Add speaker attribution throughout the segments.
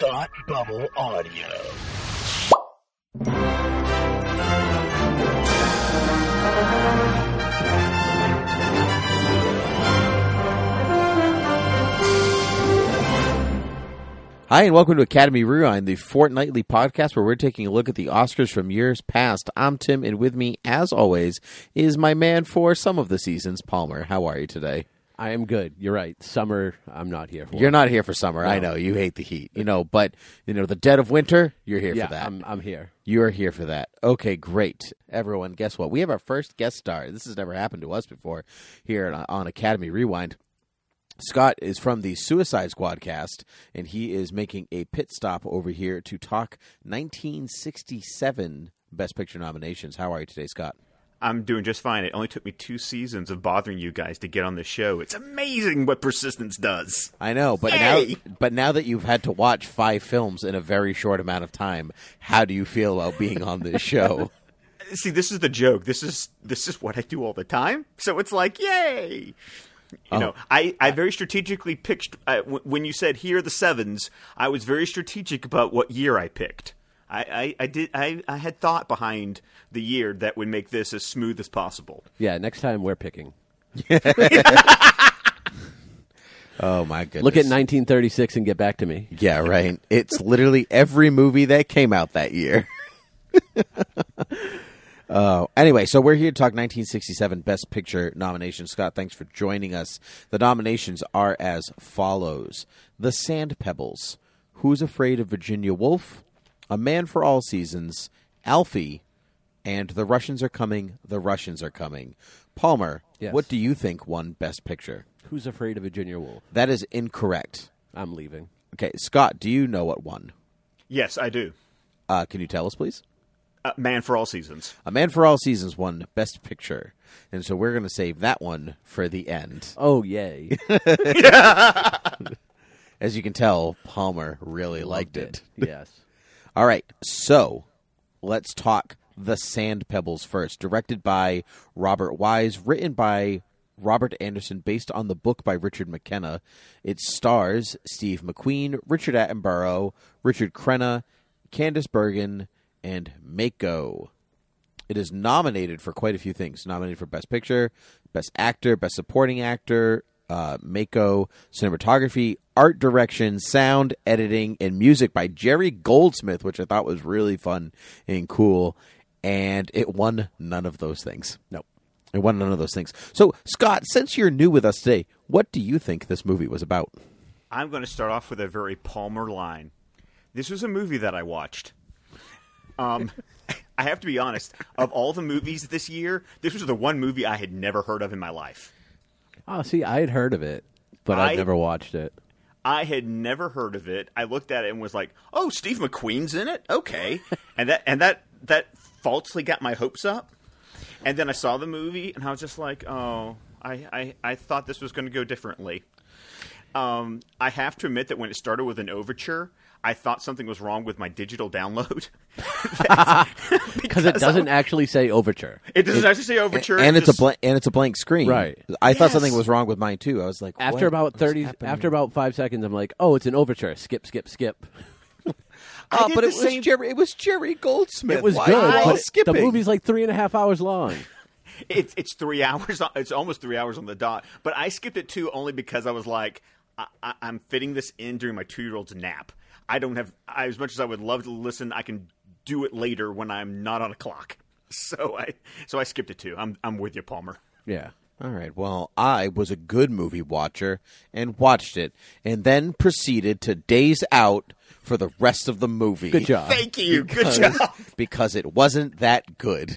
Speaker 1: Thought Bubble Audio.
Speaker 2: Hi, and welcome to Academy Rewind, the fortnightly podcast where we're taking a look at the Oscars from years past. I'm Tim, and with me, as always, is my man for some of the seasons, Palmer. How are you today?
Speaker 3: I am good. You're right. Summer, I'm not here for.
Speaker 2: You're not here for summer. I know you hate the heat, you know, but you know the dead of winter. You're here
Speaker 3: yeah,
Speaker 2: for that.
Speaker 3: I'm, I'm here.
Speaker 2: You're here for that. Okay, great. Everyone, guess what? We have our first guest star. This has never happened to us before here on- on Academy Rewind. Scott is from the Suicide Squad cast, and he is making a pit stop over here to talk 1967 Best Picture nominations. How are you today, Scott?
Speaker 4: I'm doing just fine. It only took me two seasons of bothering you guys to get on the show. It's amazing what persistence does.
Speaker 2: I know, but
Speaker 4: Yay!
Speaker 2: now, but now that you've had to watch five films in a very short amount of time, how do you feel about being on this show?
Speaker 4: See, this is the joke. This is this is what I do all the time. So it's like, yay! You know, I, I very strategically picked uh, w- when you said here are the sevens. I was very strategic about what year I picked. I, I, I did I, I had thought behind the year that would make this as smooth as possible.
Speaker 3: Yeah, next time we're picking.
Speaker 2: oh my goodness!
Speaker 3: Look at 1936 and get back to me.
Speaker 2: Yeah, right. It's literally every movie that came out that year. Uh, anyway, so we're here to talk 1967 Best Picture nominations. Scott, thanks for joining us. The nominations are as follows The Sand Pebbles, Who's Afraid of Virginia Woolf, A Man for All Seasons, Alfie, and The Russians Are Coming, The Russians Are Coming. Palmer,
Speaker 3: Yes.
Speaker 2: what do you think won Best Picture?
Speaker 3: Who's afraid of a junior wolf?
Speaker 2: That is incorrect.
Speaker 3: I'm leaving.
Speaker 2: Okay, Scott, do you know what won?
Speaker 4: Yes, I do.
Speaker 2: Uh, can you tell us, please?
Speaker 4: Uh, man for all seasons.
Speaker 2: A Man for All Seasons won Best Picture, and so we're going to save that one for the end.
Speaker 3: Oh yay!
Speaker 2: As you can tell, Palmer really liked it.
Speaker 3: yes.
Speaker 2: All right, so let's talk The Sand Pebbles first, directed by Robert Wise, written by Robert Anderson, based on the book by Richard McKenna. It stars Steve McQueen, Richard Attenborough, Richard Crenna, Candice Bergen, and Mako. It is nominated for quite a few things. Nominated for Best Picture, Best Actor, Best Supporting Actor, uh, Mako, Cinematography, Art Direction, Sound Editing, and Music by Jerry Goldsmith, which I thought was really fun and cool. And it won none of those things.
Speaker 3: No.
Speaker 2: It won none of those things. So, Scott, since you're new with us today, what do you think this movie was about?
Speaker 4: I'm going to start off with a very Palmer line. This was a movie that I watched. Um, I have to be honest. Of all the movies this year, this was the one movie I had never heard of in my life.
Speaker 3: Oh, see, I had heard of it, but I...
Speaker 4: I-
Speaker 3: would never watched it.
Speaker 4: I had never heard of it. I looked at it and was like, "Oh, Steve McQueen's in it. Okay," and that and that that falsely got my hopes up. And then I saw the movie and I was just like, "Oh, I I, I thought this was going to go differently." Um, I have to admit that when it started with an overture, I thought something was wrong with my digital download
Speaker 3: Because it doesn't actually say overture.
Speaker 4: It doesn't actually say overture,
Speaker 2: and
Speaker 4: it
Speaker 2: it's a
Speaker 4: just-
Speaker 2: blank and it's a blank screen.
Speaker 3: Right.
Speaker 2: I thought
Speaker 4: Yes.
Speaker 2: something was wrong with mine too. I was like,
Speaker 3: After
Speaker 2: what
Speaker 3: about
Speaker 2: is
Speaker 3: thirty,
Speaker 2: happening?
Speaker 3: after about five seconds, I'm like, oh, it's an overture. Skip, skip, skip.
Speaker 4: I
Speaker 2: Uh,
Speaker 4: did
Speaker 2: but
Speaker 4: the
Speaker 2: it was
Speaker 4: same-
Speaker 2: Jerry. It was Jerry Goldsmith.
Speaker 3: It was
Speaker 2: Why
Speaker 3: good,
Speaker 2: am I
Speaker 3: but
Speaker 2: skipping?
Speaker 3: the movie's like three and a half hours long.
Speaker 4: It's it's three hours. on- It's almost three hours on the dot. But I skipped it too only because I was like, I, I, I'm fitting this in during my two year old's nap. I don't have I, as much as I would love to listen. I can do it later when I'm not on a clock. So I so I skipped it too. I'm I'm with you, Palmer.
Speaker 3: Yeah.
Speaker 2: All right. Well, I was a good movie watcher and watched it, and then proceeded to daze out for the rest of the movie.
Speaker 3: Good job.
Speaker 4: Thank you. Good job.
Speaker 2: because it wasn't that good.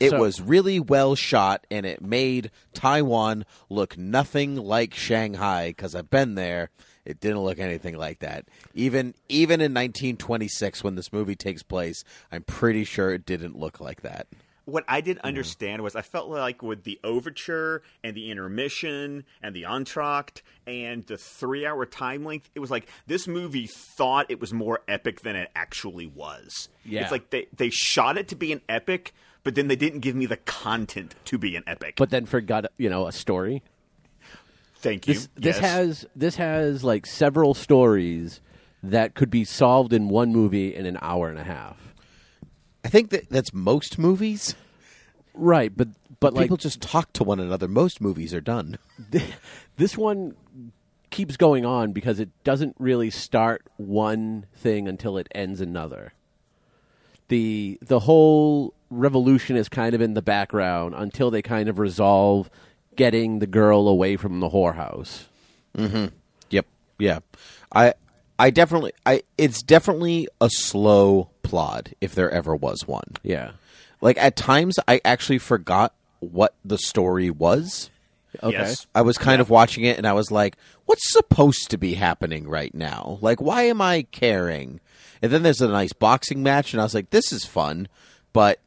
Speaker 2: It was really well shot, and it made Taiwan look nothing like Shanghai. Because I've been there, it didn't look anything like that. Even even in 1926, when this movie takes place, I'm pretty sure it didn't look like that.
Speaker 4: What I
Speaker 3: Mm-hmm.
Speaker 4: didn't understand was I felt like with the overture and the intermission and the entr'acte and the three hour time length, it was like this movie thought it was more epic than it actually was.
Speaker 3: Yeah.
Speaker 4: It's like they, they shot it to be an epic, but then they didn't give me the content to be an epic.
Speaker 3: But then forgot, you know, a story.
Speaker 4: Thank you.
Speaker 3: This, this
Speaker 4: Yes.
Speaker 3: has this has like several stories that could be solved in one movie in an hour and a half.
Speaker 2: I think that that's most movies.
Speaker 3: Right, but but like
Speaker 2: People just talk to one another. Most movies are done.
Speaker 3: this one keeps going on because it doesn't really start one thing until it ends another. The the whole revolution is kind of in the background until they kind of resolve getting the girl away from the whorehouse.
Speaker 2: Yep. Yeah. I I definitely I it's definitely a slow plod if there ever was one.
Speaker 3: Yeah.
Speaker 2: Like at times I actually forgot what the story was.
Speaker 3: Okay.
Speaker 4: Yes.
Speaker 2: I was kind of watching it and I was like, what's supposed to be happening right now? Like why am I caring? And then there's a nice boxing match and I was like, this is fun, but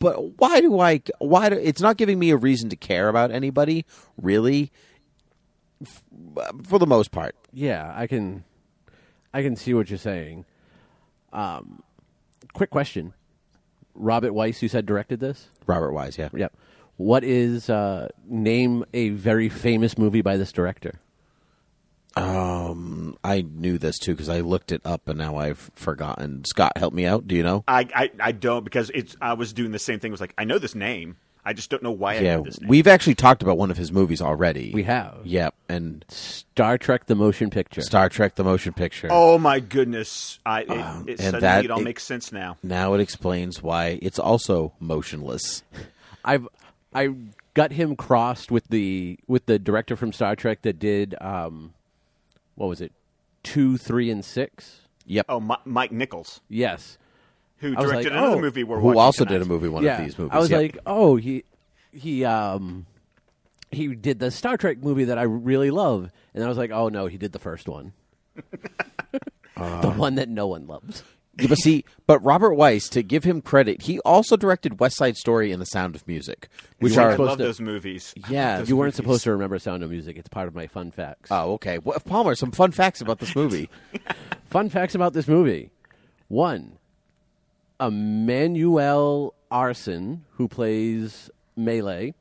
Speaker 2: but why do I why do it's not giving me a reason to care about anybody, really? f- For the most part.
Speaker 3: Yeah, I can I can see what you're saying. Um quick question. Robert Weiss, you said directed this?
Speaker 2: Robert Wise, yeah.
Speaker 3: Yep. What is uh, name a very famous movie by this director?
Speaker 2: I knew this too because I looked it up and now I've forgotten. Scott, help me out. Do you know?
Speaker 4: I, I I don't because it's I was doing the same thing. I was like, I know this name. I just don't know why I
Speaker 2: yeah,
Speaker 4: know this name.
Speaker 2: we've actually talked about one of his movies already.
Speaker 3: We have.
Speaker 2: Yep, and
Speaker 3: Star Trek: The Motion Picture.
Speaker 2: Star Trek: The Motion Picture.
Speaker 4: oh my goodness! I it, it
Speaker 3: Um,
Speaker 2: and
Speaker 4: suddenly
Speaker 2: that-
Speaker 4: it all
Speaker 2: it-
Speaker 4: makes sense now.
Speaker 2: Now it explains why it's also motionless.
Speaker 3: I've I got him crossed with the with the director from Star Trek that did um, what was it, two, three, and six?
Speaker 2: Yep.
Speaker 4: Oh, Mi- Mike Nichols,
Speaker 3: Yes.
Speaker 4: who
Speaker 3: I was
Speaker 4: directed
Speaker 3: like,
Speaker 4: another
Speaker 3: oh,
Speaker 4: movie we're
Speaker 2: Who
Speaker 4: watching
Speaker 2: also
Speaker 4: tonight.
Speaker 2: did a movie one
Speaker 3: yeah.
Speaker 2: of these movies?
Speaker 3: I was
Speaker 2: Yep.
Speaker 3: like, oh, he he um he did the Star Trek movie that I really love, and I was like, oh no, he did the first one,
Speaker 2: Uh.
Speaker 3: the one that no one loves.
Speaker 2: Yeah, but see, but Robert Weiss, to give him credit, he also directed West Side Story and The Sound of Music, which
Speaker 3: weren't
Speaker 2: are
Speaker 4: I
Speaker 3: supposed
Speaker 4: love
Speaker 3: to-
Speaker 4: those movies. I love
Speaker 2: Yeah,
Speaker 4: those
Speaker 3: You weren't
Speaker 4: movies.
Speaker 3: supposed to remember Sound of Music. It's part of my fun facts.
Speaker 2: oh okay. Well, Palmer, some fun facts about this movie.
Speaker 3: Fun facts about this movie. One, Emmanuel Arson, who plays Melee,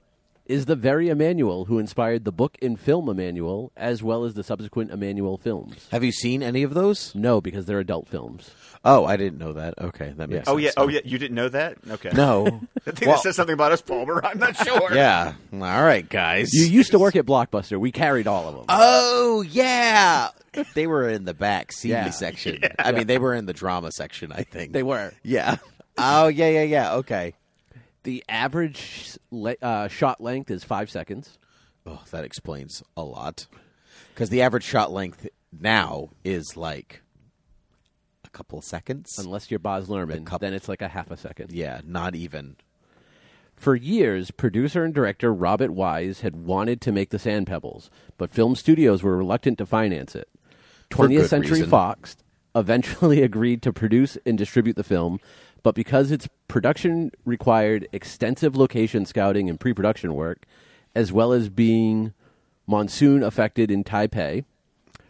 Speaker 3: is the very Emmanuel who inspired the book and film Emmanuel, as well as the subsequent Emmanuel films.
Speaker 2: Have you seen any of those?
Speaker 3: No, because they're adult films.
Speaker 2: Oh, I didn't know that. Okay, that makes.
Speaker 3: Yeah.
Speaker 4: Oh yeah,
Speaker 2: sense
Speaker 4: oh
Speaker 2: now.
Speaker 4: yeah. You didn't know that? Okay.
Speaker 2: No.
Speaker 4: I think
Speaker 2: Well,
Speaker 4: that says something about us, Palmer. I'm not sure.
Speaker 2: yeah. All right, guys.
Speaker 3: You used to work at Blockbuster. We carried all of them.
Speaker 2: oh yeah. They were in the back CD
Speaker 3: Yeah.
Speaker 2: section. I mean, they were in the drama section. I think
Speaker 3: they were.
Speaker 2: Yeah. Oh yeah yeah yeah. Okay.
Speaker 3: The average le- uh, shot length is five seconds.
Speaker 2: Oh, that explains a lot. Because the average shot length now is like a couple seconds.
Speaker 3: Unless you're Boz Lerman, then it's like a half a second.
Speaker 2: yeah, not even.
Speaker 3: For years, producer and director Robert Wise had wanted to make the Sand Pebbles, but film studios were reluctant to finance it.
Speaker 2: For good
Speaker 3: 20th Century
Speaker 2: reason.
Speaker 3: Fox eventually agreed to produce and distribute the film, but because its production required extensive location scouting and pre production work, as well as being monsoon affected in Taipei,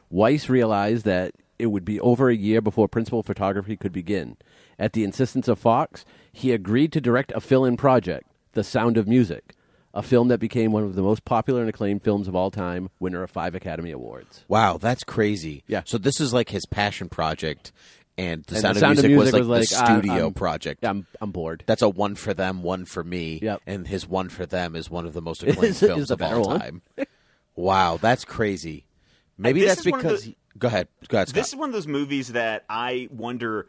Speaker 3: Weiss realized that it would be over a year before principal photography could begin. At the insistence of Fox, he agreed to direct a fill in project, The Sound of Music, a film that became one of the most popular and acclaimed films of all time, winner of five Academy Awards.
Speaker 2: Wow, that's crazy.
Speaker 3: Yeah.
Speaker 2: So this is like his passion project, and the
Speaker 3: And
Speaker 2: sound,
Speaker 3: The Sound
Speaker 2: of,
Speaker 3: of
Speaker 2: music
Speaker 3: Music
Speaker 2: was like
Speaker 3: was
Speaker 2: the
Speaker 3: like, I-
Speaker 2: studio
Speaker 3: I'm-
Speaker 2: project.
Speaker 3: Yeah, I'm, I'm bored.
Speaker 2: That's a one for them, one for me.
Speaker 3: Yep.
Speaker 2: And his one for them is one of the most acclaimed
Speaker 3: Is- is
Speaker 2: films
Speaker 3: the
Speaker 2: of
Speaker 3: better
Speaker 2: all
Speaker 3: one.
Speaker 2: time. wow, that's crazy. Maybe
Speaker 4: this
Speaker 2: that's
Speaker 4: is one of
Speaker 2: because.
Speaker 4: the-
Speaker 2: he- go ahead. Go ahead, Scott.
Speaker 4: This is one of those movies that I wonder,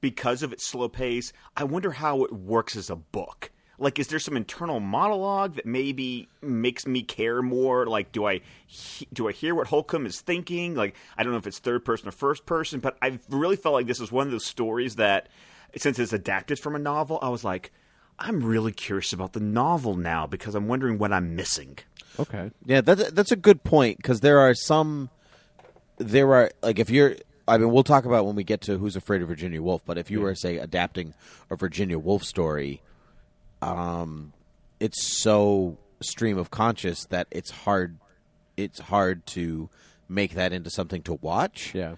Speaker 4: because of its slow pace, I wonder how it works as a book. Like, is there some internal monologue that maybe makes me care more? Like, do I he- do I hear what Holcomb is thinking? Like, I don't know if it's third person or first person, but I really felt like this was one of those stories that, since it's adapted from a novel, I was like, I'm really curious about the novel now because I'm wondering what I'm missing.
Speaker 3: Okay.
Speaker 2: Yeah, that's that's a good point because there are some, there are like if you're, I mean, we'll talk about when we get to Who's Afraid of Virginia Woolf, but if you were say adapting a Virginia Woolf story, um, it's so stream of conscious that it's hard, it's hard to make that into something to watch.
Speaker 3: Yeah.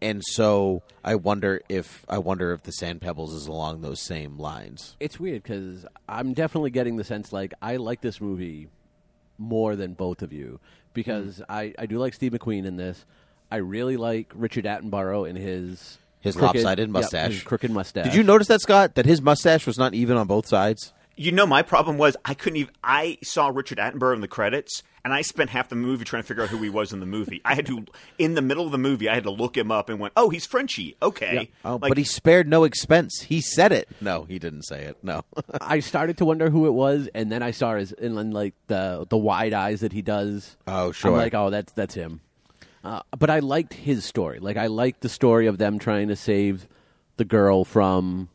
Speaker 2: and so I wonder if I wonder if the Sand Pebbles is along those same lines.
Speaker 3: It's weird because I'm definitely getting the sense like I like this movie more than both of you because I, I do like Steve McQueen in this. I really like Richard Attenborough and his
Speaker 2: His lopsided
Speaker 3: yep,
Speaker 2: mustache.
Speaker 3: his crooked mustache.
Speaker 2: Did you notice that, Scott? That his mustache was not even on both sides.
Speaker 4: You know, my problem was I couldn't even. I saw Richard Attenborough in the credits, and I spent half the movie trying to figure out who he was in the movie. I had to, in the middle of the movie, I had to look him up and went, "Oh, he's Frenchie." Okay,
Speaker 2: Oh,
Speaker 4: Like,
Speaker 2: but he spared no expense. He said it. No, he didn't say it. No.
Speaker 3: I started to wonder who it was, and then I saw his and then like the the wide eyes that he does.
Speaker 2: Oh, sure.
Speaker 3: I'm like, oh, that's that's him. Uh, but I liked his story. Like I liked the story of them trying to save the girl from,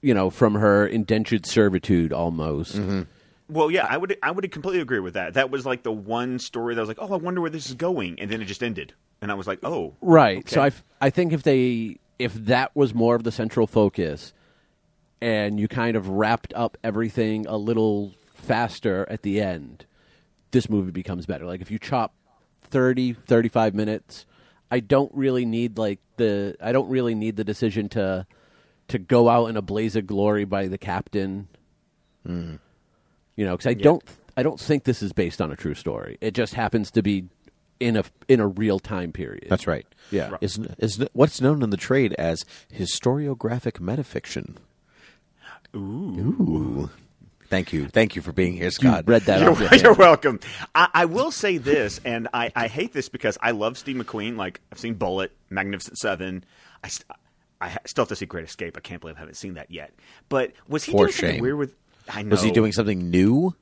Speaker 3: you know, from her indentured servitude almost.
Speaker 2: Mm-hmm.
Speaker 4: well, yeah, I would, I would completely agree with that. That was like the one story that was like, "Oh, I wonder where this is going," and then it just ended, and I was like, "Oh,
Speaker 3: Right. So
Speaker 4: Okay.
Speaker 3: I, f- I think if they if that was more of the central focus, and you kind of wrapped up everything a little faster at the end, this movie becomes better. Like if you chop 30, 35 minutes, I don't really need like the I don't really need the decision to to go out in a blaze of glory by the captain. You know, because I don't I don't think this is based on a true story. It just happens to be in a in a real time period.
Speaker 2: That's right.
Speaker 3: Yeah.
Speaker 2: Is is what's known in the trade as historiographic metafiction. Ooh. Thank you. Thank you for being here, Scott.
Speaker 3: read that
Speaker 4: You're,
Speaker 3: off your
Speaker 4: you're
Speaker 3: hand.
Speaker 4: welcome. I, I will say this, and I, I hate this because I love Steve McQueen. Like I've seen Bullet, Magnificent Seven. I, st- I ha- still have to see Great Escape. I can't believe I haven't seen that yet. But was he
Speaker 2: For
Speaker 4: doing something
Speaker 2: shame.
Speaker 4: weird with? I know.
Speaker 2: Was he doing something new?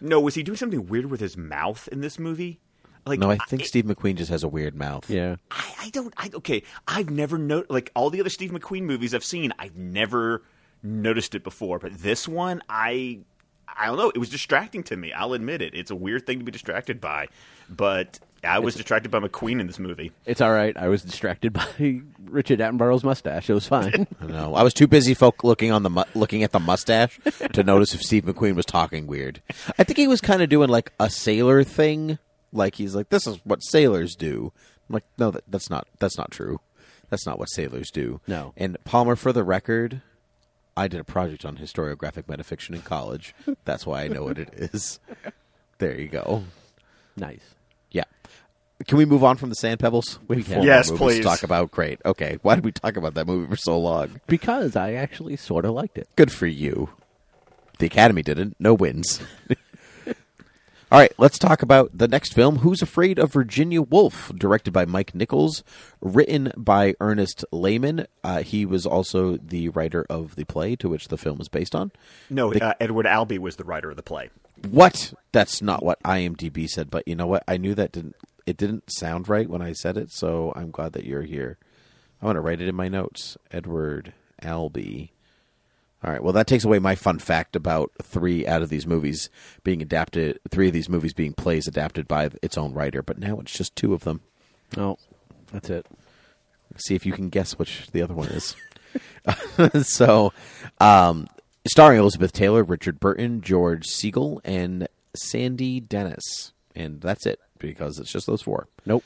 Speaker 4: No, was he doing something weird with his mouth in this movie? Like
Speaker 2: No, I think
Speaker 4: I,
Speaker 2: Steve McQueen just has a weird mouth.
Speaker 3: Yeah.
Speaker 4: I, I don't. I, okay, I've never noticed. Like all the other Steve McQueen movies I've seen, I've never noticed it before. But this one, I, I don't know. It was distracting to me. I'll admit it. It's a weird thing to be distracted by, but I was distracted by McQueen in this movie.
Speaker 3: It's all right. I was distracted by Richard Attenborough's mustache. It was fine.
Speaker 2: I don't know. I was too busy folk looking on the mu- looking at the mustache to notice if Steve McQueen was talking weird. I think he was kind of doing like a sailor thing, like he's like this is what sailors do. I'm like no, that, that's not that's not true. That's not what sailors do.
Speaker 3: No.
Speaker 2: And Palmer, for the record, I did a project on historiographic metafiction in college. That's why I know what it is. There you go.
Speaker 3: nice.
Speaker 2: Yeah. Can we move on from the Sand Pebbles? We have
Speaker 3: can.
Speaker 2: four more
Speaker 4: Yes,
Speaker 2: movies to
Speaker 4: please.
Speaker 2: Talk about great. Okay. Why did we talk about that movie for so long?
Speaker 3: Because I actually sort of liked it.
Speaker 2: Good for you. The Academy didn't. No wins. All right, let's talk about the next film, Who's Afraid of Virginia Woolf, directed by Mike Nichols, written by Ernest Lehman. Uh, he was also the writer of the play to which the film is based on.
Speaker 4: No, uh, Edward Albee was the writer of the play.
Speaker 2: What? That's not what IMDb said, but you know what? I knew that didn't it didn't sound right when I said it, so I'm glad that you're here. I'm going to write it in my notes. Edward Albee. All right. Well, that takes away my fun fact about three out of these movies being adapted, three of these movies being plays adapted by its own writer, but now it's just two of them.
Speaker 3: Oh, that's it.
Speaker 2: See if you can guess which the other one is. so, um, starring Elizabeth Taylor, Richard Burton, George Siegel, and Sandy Dennis. And that's it because it's just those four.
Speaker 3: Nope.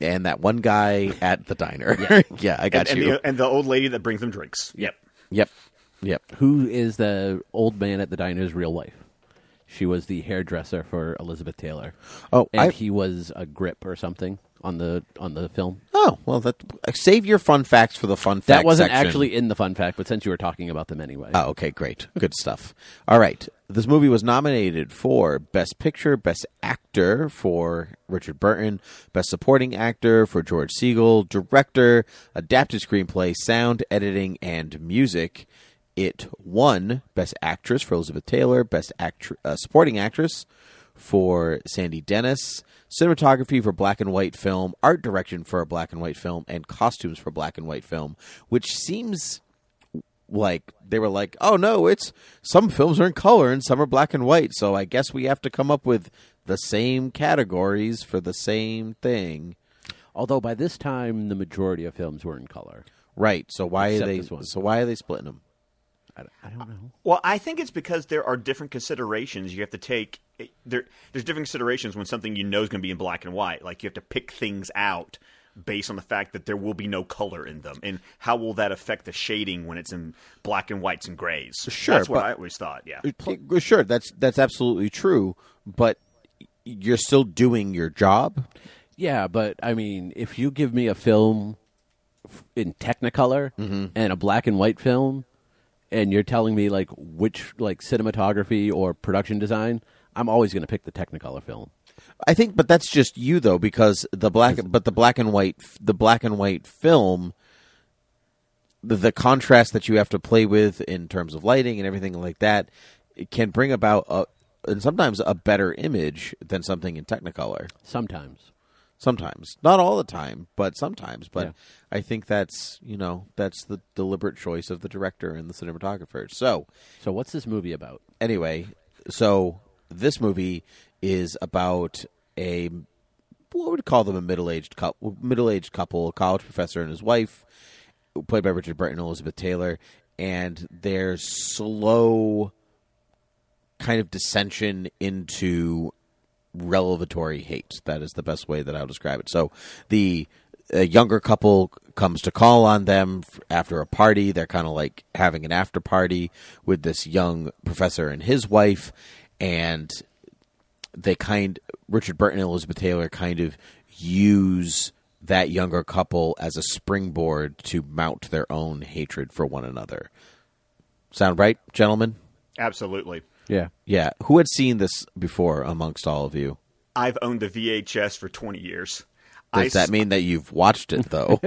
Speaker 2: And that one guy at the diner. yeah, I got
Speaker 4: and,
Speaker 2: you.
Speaker 4: The, and the old lady that brings them drinks. Yep.
Speaker 2: yep. Yep.
Speaker 3: Who is the old man at the diner's real wife? She was the hairdresser for Elizabeth Taylor.
Speaker 2: Oh,
Speaker 3: and
Speaker 2: I-
Speaker 3: he was a grip or something on the on the film.
Speaker 2: Oh, well, that save your fun facts for the fun fact
Speaker 3: That wasn't
Speaker 2: section.
Speaker 3: actually in the fun fact, but since you were talking about them anyway,
Speaker 2: Oh, okay, great. Good stuff. All right. This movie was nominated for Best Picture, Best Actor for Richard Burton, Best Supporting Actor for George Siegel, Director, Adapted Screenplay, Sound, Editing, and Music. It won Best Actress for Elizabeth Taylor, Best Actr uh, Supporting Actress for Sandy Dennis, cinematography for black and white film, art direction for a black and white film, and costumes for black and white film, which seems like they were like, "Oh no, it's some films are in color and some are black and white, so I guess we have to come up with the same categories for the same thing."
Speaker 3: although by this time the majority of films were in color.
Speaker 2: Right. So why
Speaker 3: Except
Speaker 2: are
Speaker 3: this
Speaker 2: they
Speaker 3: one.
Speaker 2: so why are they splitting them?
Speaker 3: I don't, I don't know.
Speaker 4: Well, I think it's because there are different considerations you have to take. eh, There, there's different considerations when something you know is going to be in black and white. Like you have to pick things out based on the fact that there will be no color in them, and how will that affect the shading when it's in black and whites and grays?
Speaker 2: Sure,
Speaker 4: that's what
Speaker 2: but-
Speaker 4: I always thought. Yeah,
Speaker 2: Uh, Sure, that's that's absolutely true, but you're still doing your job.
Speaker 3: Yeah, but I mean, if you give me a film f- in Technicolor
Speaker 2: Mm-hmm.
Speaker 3: and a black and white film, and you're telling me like which like cinematography or production design, I'm always going to pick the Technicolor film.
Speaker 2: I think, but that's just you though, because the black, but the black and white, the black and white film, the, the contrast that you have to play with in terms of lighting and everything like that, it can bring about a, and sometimes a better image than something in Technicolor.
Speaker 3: Sometimes.
Speaker 2: Sometimes, not all the time, but sometimes. But
Speaker 3: Yeah.
Speaker 2: I think that's you know that's the deliberate choice of the director and the cinematographer. So
Speaker 3: So what's this movie about?
Speaker 2: anyway, so this movie is about a what would call them a middle-aged couple, middle-aged couple, a college professor and his wife, played by Richard Burton and Elizabeth Taylor, and their slow kind of dissension into revelatory hate. That is the best way that I'll describe it. So the a younger couple comes to call on them f- after a party. They're kind of like having an after party with this young professor and his wife, and they kind Richard Burton and Elizabeth Taylor kind of use that younger couple as a springboard to mount their own hatred for one another. Sound right, gentlemen?
Speaker 4: Absolutely.
Speaker 3: Yeah.
Speaker 2: Yeah. Who had seen this before amongst all of you?
Speaker 4: I've owned the VHS for 20 years. I
Speaker 2: Does that mean that you've watched it though?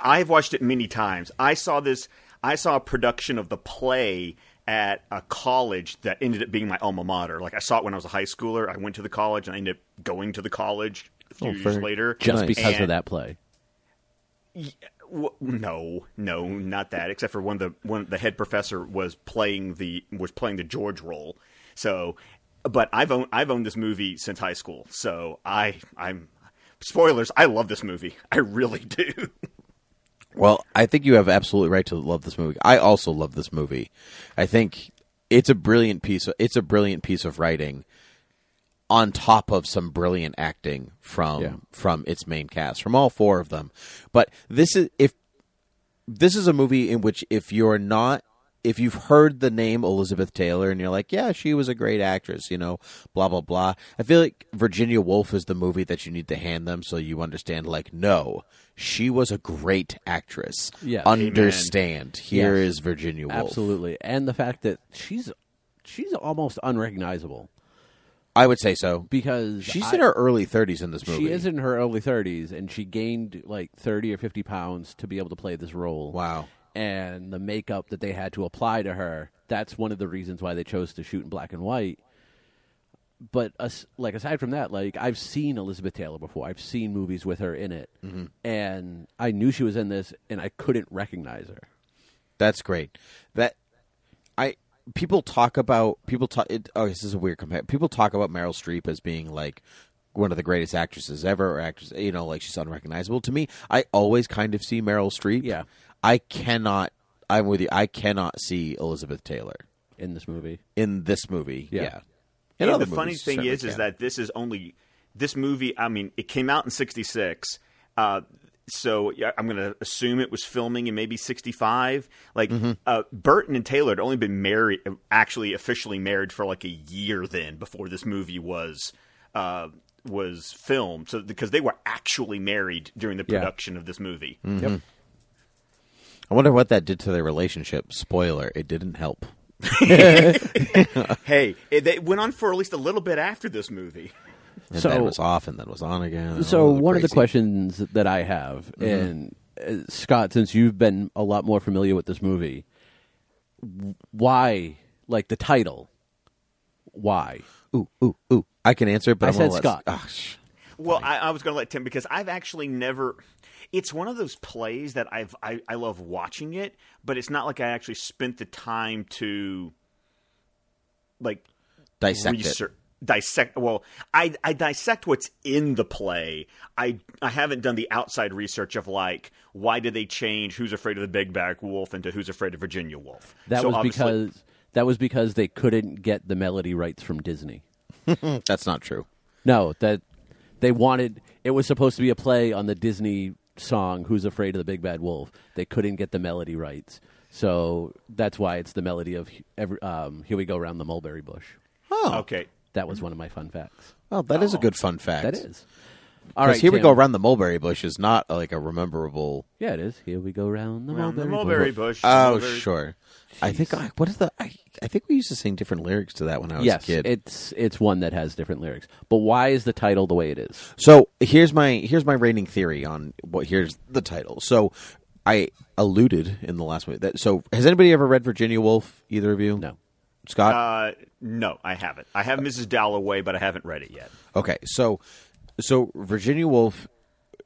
Speaker 4: I've watched it many times. I saw this. I saw a production of the play at a college that ended up being my alma mater. Like I saw it when I was a high schooler. I went to the college and I ended up going to the college a few
Speaker 2: Oh,
Speaker 4: years
Speaker 2: very-
Speaker 4: later.
Speaker 3: Just
Speaker 2: Nice.
Speaker 3: because of
Speaker 4: And-
Speaker 3: that play.
Speaker 4: W- no, no, not that. Except for one of the one the head professor was playing the was playing the George role. So, but I've owned I've owned this movie since high school. So I I'm spoilers. I love this movie. I really do.
Speaker 2: well, I think you have absolutely right to love this movie. I also love this movie. I think it's a brilliant piece. Of, it's a brilliant piece of writing, on top of some brilliant acting from
Speaker 3: Yeah.
Speaker 2: from its main cast, from all four of them. But this is if this is a movie in which if you're not if you've heard the name Elizabeth Taylor and you're like, yeah, she was a great actress, you know, blah blah blah. I feel like Virginia Woolf is the movie that you need to hand them so you understand. Like, no, she was a great actress.
Speaker 3: Yes.
Speaker 2: understand. Here is
Speaker 3: Yes.
Speaker 2: Virginia Woolf.
Speaker 3: Absolutely. And the fact that she's she's almost unrecognizable
Speaker 2: I would say so.
Speaker 3: because
Speaker 2: She's
Speaker 3: I-
Speaker 2: in her early 30s in this movie.
Speaker 3: She is in her early 30s, and she gained like 30 or 50 pounds to be able to play this role.
Speaker 2: Wow.
Speaker 3: And the makeup that they had to apply to her, that's one of the reasons why they chose to shoot in black and white. But as, like aside from that, like I've seen Elizabeth Taylor before. I've seen movies with her in it,
Speaker 2: Mm-hmm.
Speaker 3: and I knew she was in this, and I couldn't recognize her.
Speaker 2: That's great. That I people talk about people talk. It, oh, this is a weird compare. People talk about Meryl Streep as being like one of the greatest actresses ever, or actress. You know, like she's unrecognizable to me. I always kind of see Meryl Streep.
Speaker 3: Yeah.
Speaker 2: I cannot. I'm with you. I cannot see Elizabeth Taylor
Speaker 3: in this movie.
Speaker 2: in this movie.
Speaker 3: Yeah.
Speaker 2: Yeah. In
Speaker 4: And,
Speaker 2: other
Speaker 4: the funny
Speaker 2: movies,
Speaker 4: thing
Speaker 2: certainly
Speaker 4: is, is
Speaker 2: can.
Speaker 4: that this is only this movie. I mean, it came out in '66, uh, so yeah, I'm going to assume it was filming in maybe '65. Like
Speaker 2: Mm-hmm.
Speaker 4: uh, Burton and Taylor had only been married, actually officially married for like a year then before this movie was. Uh, was filmed so because they were actually married during the
Speaker 3: Yeah.
Speaker 4: production of this movie.
Speaker 2: Mm. Mm-hmm.
Speaker 3: Yep.
Speaker 2: I wonder what that did to their relationship. Spoiler: It didn't help.
Speaker 4: Hey, it, they went on for at least a little bit after this movie.
Speaker 2: And
Speaker 3: So-
Speaker 2: then it was off, and then it was on again.
Speaker 3: So
Speaker 2: Oh,
Speaker 3: one of
Speaker 2: crazy.
Speaker 3: the
Speaker 2: Mm-hmm.
Speaker 3: questions that I have, and uh, Scott, since you've been a lot more familiar with this movie, w- why, like the title, why?
Speaker 2: Ooh, ooh, oooo. I can answer, but
Speaker 3: I
Speaker 2: I'm gonna
Speaker 3: said
Speaker 2: let-
Speaker 3: Scott.
Speaker 2: Ah, sh-
Speaker 4: Well, I, I was going to let Tim because I've actually never. It's one of those plays that I've I, I love watching it, but it's not like I actually spent the time to like
Speaker 2: dissect it.
Speaker 4: research dissect. Well, I I dissect what's in the play. I I haven't done the outside research of like why did they change Who's Afraid of the Big Bag Wolf into Who's Afraid of Virginia Wolf.
Speaker 3: That
Speaker 4: So
Speaker 3: was
Speaker 4: obviously-
Speaker 3: because that was because they couldn't get the melody rights from Disney.
Speaker 2: That's not true.
Speaker 3: No, that they wanted it was supposed to be a play on the Disney song "Who's Afraid of the Big Bad Wolf." They couldn't get the melody rights, so that's why it's the melody of every, um, "Here We Go Round the Mulberry Bush."
Speaker 2: Oh,
Speaker 4: okay.
Speaker 3: Oh, That was one of my fun facts.
Speaker 2: well, that is a good fun fact.
Speaker 3: That is. All right,
Speaker 2: here we
Speaker 3: Tim.
Speaker 2: go around the mulberry bush is not uh, like a rememberable.
Speaker 3: Yeah, it is. Here we go round the
Speaker 4: Around the
Speaker 3: mulberry.
Speaker 4: mulberry
Speaker 3: bush.
Speaker 4: bush.
Speaker 2: Oh,
Speaker 4: mulberry-
Speaker 2: sure. I think I, what is the? I, I think we used to sing different lyrics to that when I was
Speaker 3: Yes,
Speaker 2: a kid.
Speaker 3: it's it's one that has different lyrics. But why is the title the way it is?
Speaker 2: So here's my here's my reigning theory on what here's the title. So I alluded in the last movie that. So has anybody ever read Virginia Woolf? Either of you?
Speaker 3: No.
Speaker 2: Scott.
Speaker 4: Uh, no, I haven't. I have Mrs. Dalloway, but I haven't read it yet.
Speaker 2: Okay, so so Virginia Woolf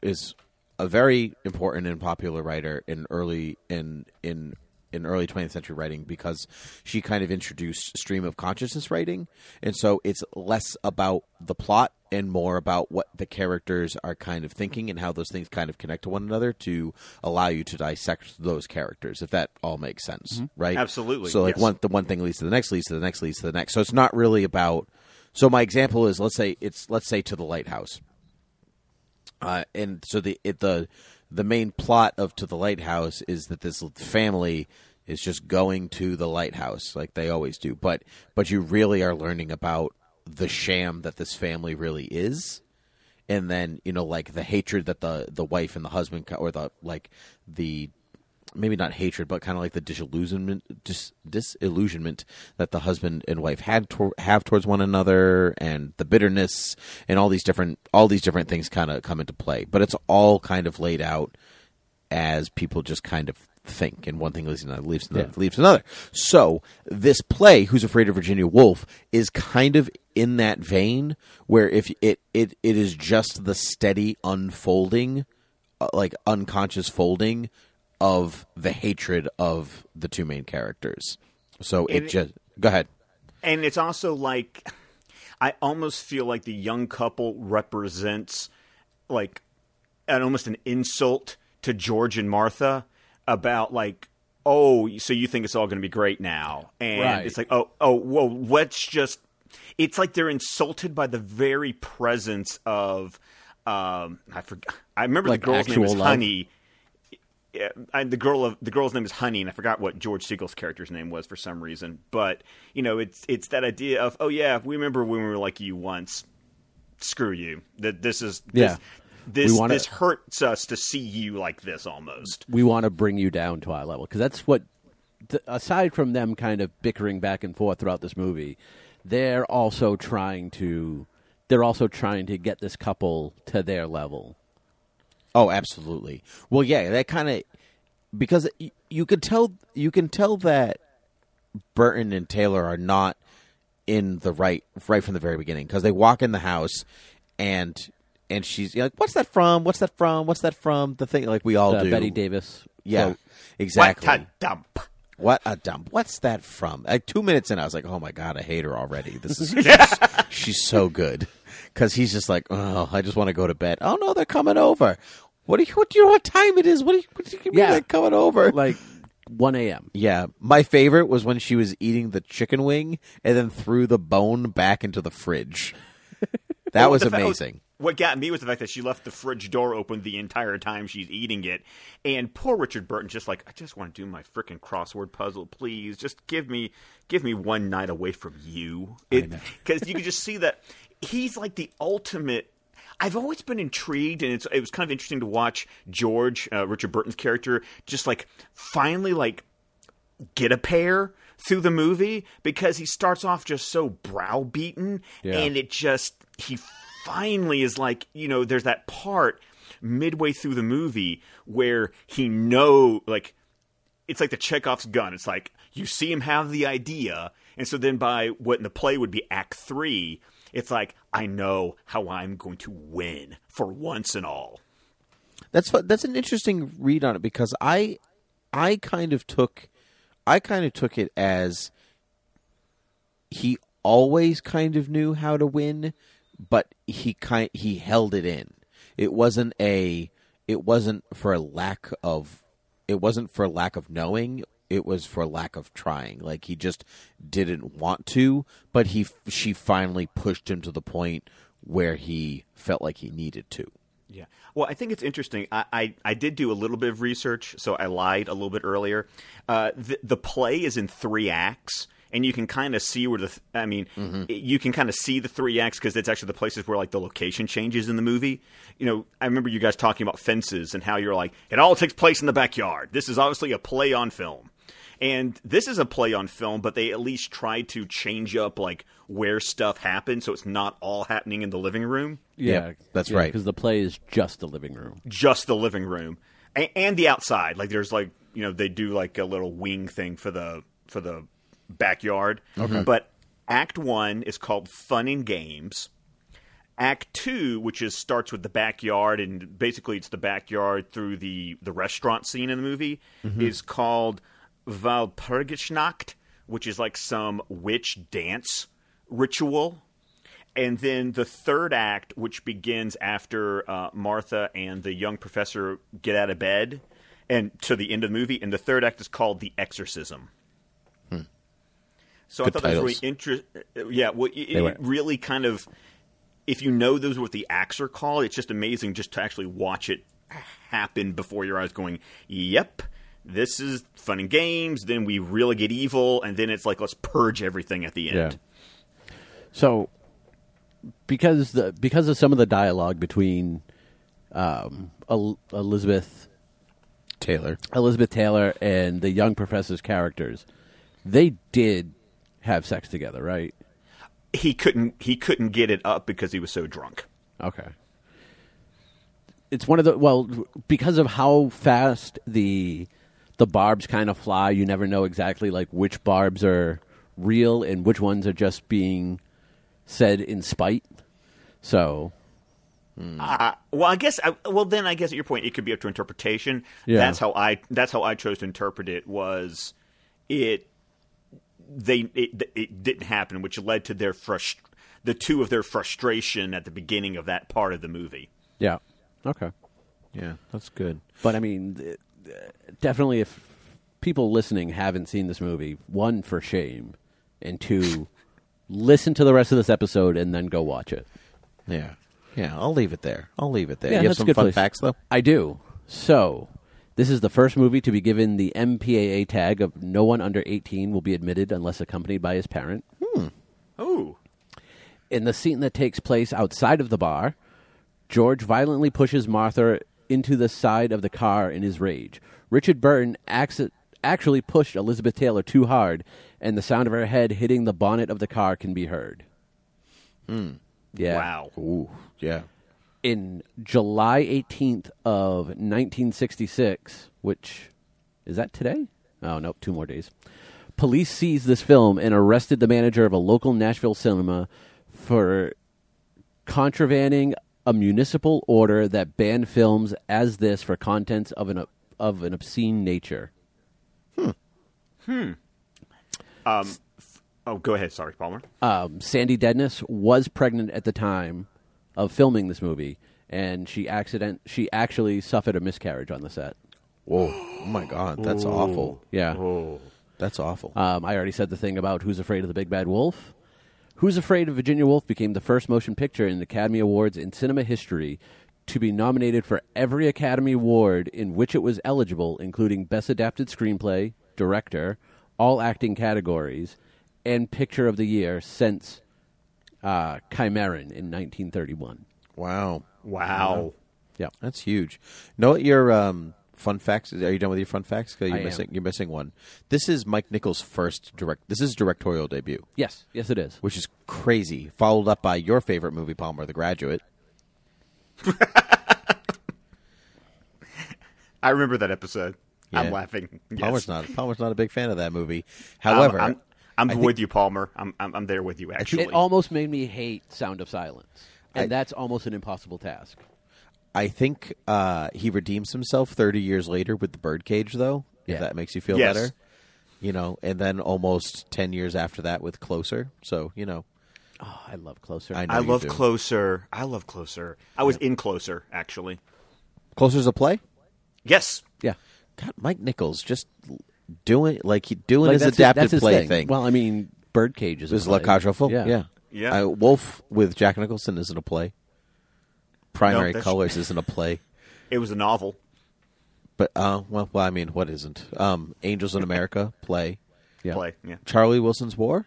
Speaker 2: is a very important and popular writer in early in in in early 20th century writing because she kind of introduced stream of consciousness writing and so it's less about the plot and more about what the characters are kind of thinking and how those things kind of connect to one another to allow you to dissect those characters if that all makes sense right
Speaker 4: Mm-hmm. Absolutely,
Speaker 2: so like
Speaker 4: yes.
Speaker 2: one the one thing leads to the next leads to the next leads to the next so it's not really about so my example is let's say it's let's say to the lighthouse uh, and so the it, the the main plot of to the lighthouse is that this family is just going to the lighthouse like they always do but but you really are learning about the sham that this family really is and then you know like the hatred that the the wife and the husband co- or the like the maybe not hatred but kind of like the disillusionment dis, disillusionment that the husband and wife had tor- have towards one another and the bitterness and all these different all these different things kind of come into play but it's all kind of laid out as people just kind of think and one thing leads to another leads to another, leads to another so this play who's afraid of virginia woolf is kind of in that vein where if it it, it is just the steady unfolding uh, like unconscious folding of the hatred of the two main characters so it,
Speaker 4: it-
Speaker 2: just go ahead
Speaker 4: And it's also like I almost feel like the young couple represents like an almost an insult to George and Martha about like oh so you think it's all going to be great now and
Speaker 3: Right.
Speaker 4: it's like oh oh well let's just it's like they're insulted by the very presence of um I forgot I remember
Speaker 3: Like
Speaker 4: the girl's name
Speaker 3: actual
Speaker 4: is
Speaker 3: love?
Speaker 4: Honey yeah, I, the girl of the girl's name is Honey, and I forgot what George Siegel's character's name was for some reason. But you know, it's it's that idea of oh yeah, we remember when we were like you once. Screw you. That this is this,
Speaker 3: Yeah.
Speaker 4: This
Speaker 3: We wanna-
Speaker 4: this hurts us to see you like this almost.
Speaker 3: We want to bring you down to our level because that's what. th- aside from them kind of bickering back and forth throughout this movie, they're also trying to. They're also trying to get this couple to their level.
Speaker 2: Oh, absolutely. Well, yeah, that kind of because y- you could tell you can tell that Burton and Taylor are not in the right right from the very beginning because they walk in the house and and she's like, "What's that from? What's that from? What's that from?" The thing like we all
Speaker 3: The
Speaker 2: do.
Speaker 3: Uh, Betty Davis.
Speaker 2: Yeah,
Speaker 3: quote.
Speaker 2: exactly.
Speaker 4: What a dump.
Speaker 2: What a dump. What's that from? Like two minutes in, I was like, oh my God, I hate her already. This is, she's, she's so good. Because he's just like, oh, I just want to go to bed. Oh no, they're coming over. What do you, what do you know what time it is? What do you, what do you mean
Speaker 3: Yeah.
Speaker 2: they're coming over?
Speaker 3: like one a.m.
Speaker 2: yeah. My favorite was when she was eating the chicken wing and then threw the bone back into the fridge. That was
Speaker 4: The fact-
Speaker 2: amazing.
Speaker 4: what got me was the fact that she left the fridge door open the entire time she's eating it, and poor Richard Burton just like I just want to do my freaking crossword puzzle, please. Just give me give me one night away from you, because you could just see that he's like the ultimate. I've always been intrigued, and it's, it was kind of interesting to watch George uh, Richard Burton's character just like finally like get a pair through the movie because he starts off just so browbeaten and it just he finally is like you know there's that part midway through the movie where he know like it's like the Chekhov's gun. It's like you see him have the idea, and so then by what in the play would be Act Three, it's like I know how I'm going to win for once and all.
Speaker 2: That's fu- that's an interesting read on it because I I kind of took I kind of took it as he always kind of knew how to win, but he kind he held it in. It wasn't a it wasn't for a lack of it wasn't for lack of knowing. It was for lack of trying. Like he just didn't want to, but he she finally pushed him to the point where he felt like he needed to.
Speaker 4: Yeah. Well, I think it's interesting. I, I, I did do a little bit of research, so I lied a little bit earlier. Uh, the, the play is in three acts, and you can kind of see where the th- I mean, it- you can kind of see the three acts because it's actually the places where like the location changes in the movie. You know, I remember you guys talking about fences and how you're like, it all takes place in the backyard. This is obviously a play on film. And this is a play on film, but they at least tried to change up like where stuff happened, so it's not all happening in the living room,
Speaker 3: Yeah,
Speaker 2: Yep, that's right.
Speaker 3: Because the play is just the living room.
Speaker 4: just the living room A- and the outside. Like there's like you know they do like a little wing thing for the for the backyard. Okay. But Act One is called Fun and Games. Act Two, which is starts with the backyard, and basically it's the backyard through the the restaurant scene in the movie,
Speaker 2: Mm-hmm.
Speaker 4: is called Walpurgisnacht, which is like some witch dance ritual. And then the third act, which begins after uh, Martha and the young professor get out of bed, and to the end of the movie, and the third act is called the exorcism.
Speaker 2: Hmm.
Speaker 4: So
Speaker 2: Good
Speaker 4: I
Speaker 2: titles.
Speaker 4: thought that was really interesting. Yeah, well, it, it
Speaker 3: were.
Speaker 4: really kind of if you know those are what the acts are called, it's just amazing just to actually watch it happen before your eyes going, yep, this is fun and games. Then we really get evil. And then it's like, let's purge everything at the end.
Speaker 3: So because the because of some of the dialogue between um, El- Elizabeth
Speaker 2: Taylor.
Speaker 3: Elizabeth Taylor and the young professor's characters, they did have sex together, right?
Speaker 4: He couldn't he couldn't get it up because he was so drunk.
Speaker 3: Okay. It's one of the well because of how fast the the barbs kind of fly, you never know exactly like which barbs are real and which ones are just being said in spite. So
Speaker 4: Well, I guess. I, well, then I guess at your point, it could be up to interpretation.
Speaker 3: Yeah.
Speaker 4: That's how I. That's how I chose to interpret it. Was it? They it, it didn't happen, which led to their frust- the two of their frustration at the beginning of that part of the movie.
Speaker 3: yeah, okay.
Speaker 2: Yeah, that's good.
Speaker 3: But I mean, th- th- definitely, if people listening haven't seen this movie, one for shame, and two, listen to the rest of this episode and then go watch it.
Speaker 2: Yeah. Yeah, I'll leave it there. I'll leave it there.
Speaker 3: Yeah,
Speaker 2: you have
Speaker 3: that's a
Speaker 2: some
Speaker 3: good
Speaker 2: fun
Speaker 3: place.
Speaker 2: facts though?
Speaker 3: I do. So, this is the first movie to be given the MPAA tag of no one under 18 will be admitted unless accompanied by his parent.
Speaker 4: Oh,
Speaker 3: In the scene that takes place outside of the bar, George violently pushes Martha into the side of the car in his rage. Richard Burton acci- actually pushed Elizabeth Taylor too hard, and the sound of her head hitting the bonnet of the car can be heard. Yeah.
Speaker 4: wow!
Speaker 2: Ooh, yeah.
Speaker 3: in July 18th of 1966, which is that today? Oh, no, two more days. Police seized this film and arrested the manager of a local Nashville cinema for contravening a municipal order that banned films as this for contents of an of an obscene nature.
Speaker 4: Oh, go ahead. Sorry, Palmer.
Speaker 3: um, Sandy Dennis was pregnant at the time of filming this movie, and she accident she actually suffered a miscarriage on the set.
Speaker 2: Whoa. Oh my god, that's awful.
Speaker 3: Yeah,
Speaker 2: That's awful.
Speaker 3: um, I already said the thing about Who's Afraid of the Big Bad Wolf. Who's Afraid of Virginia Woolf became the first motion picture in Academy Awards in cinema history to be nominated for every Academy Award in which it was eligible, including Best Adapted Screenplay, Director, all acting categories, and Picture of the Year since uh, Chimerin in 1931.
Speaker 2: wow.
Speaker 4: Wow!
Speaker 3: Yeah.
Speaker 2: That's huge. Know what your um, fun facts? Are you done with your fun facts? 'Cause
Speaker 3: I
Speaker 2: you're
Speaker 3: am.
Speaker 2: missing you're missing one. This is Mike Nichols' first direct. This is directorial debut,
Speaker 3: Yes, yes, it is.
Speaker 2: which is crazy. Followed up by your favorite movie, Palmer, The Graduate.
Speaker 4: I remember that episode.
Speaker 2: Yeah.
Speaker 4: I'm laughing. Yes.
Speaker 2: Palmer's not Palmer's not a big fan of that movie.
Speaker 4: I'm-
Speaker 2: However,
Speaker 4: I'm, I'm, with you, Palmer. I'm, I'm I'm there with you. Actually,
Speaker 3: It almost made me hate Sound of Silence, and that's almost an impossible task.
Speaker 2: I think uh, he redeems himself 30 years later with the birdcage, though,
Speaker 3: Yeah.
Speaker 2: if that makes you feel
Speaker 4: Yes.
Speaker 2: better. You know, and then almost 10 years after that with Closer. So, you know,
Speaker 3: Oh, I love Closer.
Speaker 2: I know.
Speaker 4: I
Speaker 2: you
Speaker 4: love
Speaker 2: do.
Speaker 4: closer. I love closer. I was in closer actually.
Speaker 2: Closer's a play?
Speaker 4: Yes.
Speaker 3: Yeah.
Speaker 2: God, Mike Nichols just doing, like, he doing his
Speaker 3: that's his-
Speaker 2: adapted
Speaker 3: that's his
Speaker 2: play thing.
Speaker 3: Well, I mean, Birdcage is a
Speaker 2: this is
Speaker 3: play.
Speaker 2: La Cage aux Folles. Yeah.
Speaker 3: yeah.
Speaker 4: Yeah.
Speaker 2: Uh, Wolf with Jack Nicholson isn't a play. Primary
Speaker 4: that's-
Speaker 2: Colors isn't a play.
Speaker 4: It was a novel.
Speaker 2: But, uh, well, well, I mean, what isn't? Um, Angels in America, play.
Speaker 3: Yeah.
Speaker 4: play. Yeah,
Speaker 2: Charlie Wilson's War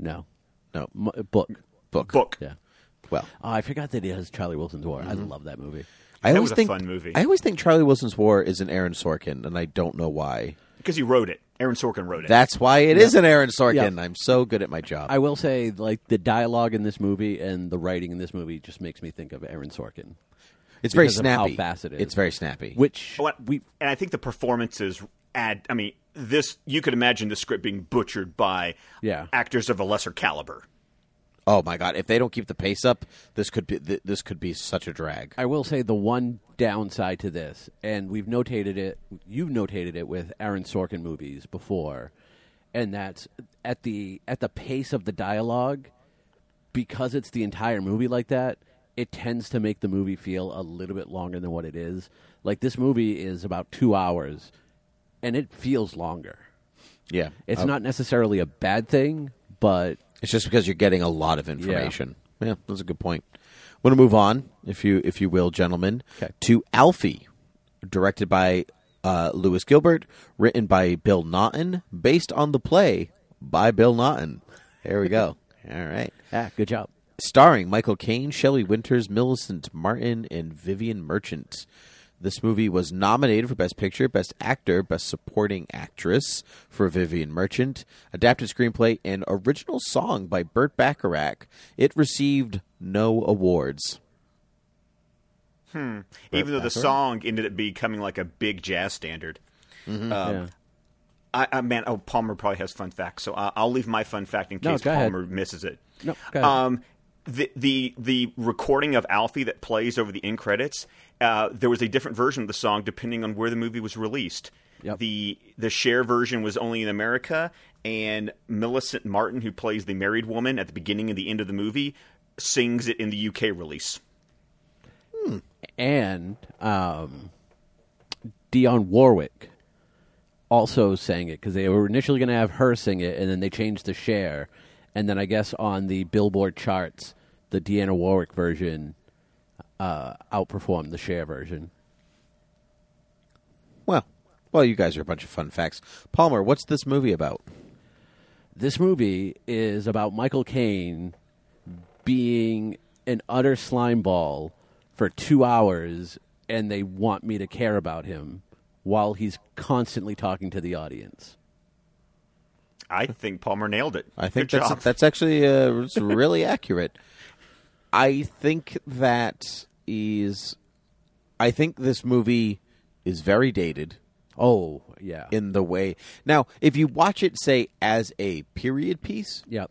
Speaker 3: No.
Speaker 2: No.
Speaker 3: M- uh, book.
Speaker 2: book.
Speaker 4: book.
Speaker 3: Yeah. Mm-hmm.
Speaker 2: Well,
Speaker 3: Oh, I forgot that he has Charlie Wilson's War. I love that movie.
Speaker 2: I
Speaker 4: That
Speaker 2: always
Speaker 4: was a
Speaker 2: think
Speaker 4: fun movie.
Speaker 2: I always think Charlie Wilson's War is an Aaron Sorkin, and I don't know why.
Speaker 4: because he wrote it. Aaron Sorkin wrote it.
Speaker 2: That's why it is an Aaron Sorkin.
Speaker 3: Yeah.
Speaker 2: I'm so good at my job.
Speaker 3: I will say, like the dialogue in this movie and the writing in this movie just makes me think of Aaron Sorkin,
Speaker 2: it's very
Speaker 3: because of how
Speaker 2: snappy.
Speaker 3: fast it is.
Speaker 2: It's very snappy.
Speaker 3: which
Speaker 4: What-
Speaker 3: we
Speaker 4: and I think the performances add. I mean, this you could imagine the script being butchered by
Speaker 3: Yeah.
Speaker 4: actors of a lesser caliber.
Speaker 2: oh my god! If they don't keep the pace up, this could be th- this could be such a drag.
Speaker 3: I will say the one downside to this, and we've notated it, you've notated it with Aaron Sorkin movies before, and that's at the at the pace of the dialogue, because it's the entire movie like that, it tends to make the movie feel a little bit longer than what it is. Like this movie is about two hours, and it feels longer.
Speaker 2: yeah,
Speaker 3: It's not necessarily a bad thing, but
Speaker 2: It's just because you're getting a lot of information. Yeah, that's a good point. I'm going to move on, if you if you will, gentlemen,
Speaker 3: Okay.
Speaker 2: to Alfie, directed by uh, Lewis Gilbert, written by Bill Naughton, based on the play by Bill Naughton. There we go. All right.
Speaker 3: ah, good job.
Speaker 2: Starring Michael Caine, Shelley Winters, Millicent Martin, and Vivian Merchant. This movie was nominated for Best Picture, Best Actor, Best Supporting Actress for Vivian Merchant, adapted screenplay, and original song by Burt Bacharach. It received no awards.
Speaker 4: Even though the song ended up becoming like a big jazz standard.
Speaker 3: yeah.
Speaker 4: I, I man, oh Palmer probably has fun facts, so I, I'll leave my fun fact in
Speaker 3: No,
Speaker 4: case
Speaker 3: go ahead.
Speaker 4: Palmer misses it.
Speaker 3: No, go ahead.
Speaker 4: um, the the the recording of Alfie that plays over the end credits. Uh, there was a different version of the song depending on where the movie was released.
Speaker 3: Yep.
Speaker 4: The the share version was only in America, and Millicent Martin, who plays the married woman at the beginning and the end of the movie, sings it in the UK release.
Speaker 3: and um, Dionne Warwick also sang it because they were initially going to have her sing it, and then they changed the share. And then I guess on the Billboard charts, the Deanna Warwick version uh, outperformed the share version.
Speaker 2: Well, well, you guys are a bunch of fun facts. Palmer, what's this movie about?
Speaker 3: This movie is about Michael Caine being an utter slime ball for two hours, and they want me to care about him while he's constantly talking to the audience.
Speaker 4: I think Palmer nailed it.
Speaker 2: I think
Speaker 4: Good
Speaker 2: that's
Speaker 4: job.
Speaker 2: that's actually uh, it's really accurate. I think that is. I think this movie is very dated
Speaker 3: Oh yeah,
Speaker 2: in the way. Now, if you watch it, say as a period piece,
Speaker 3: Yep.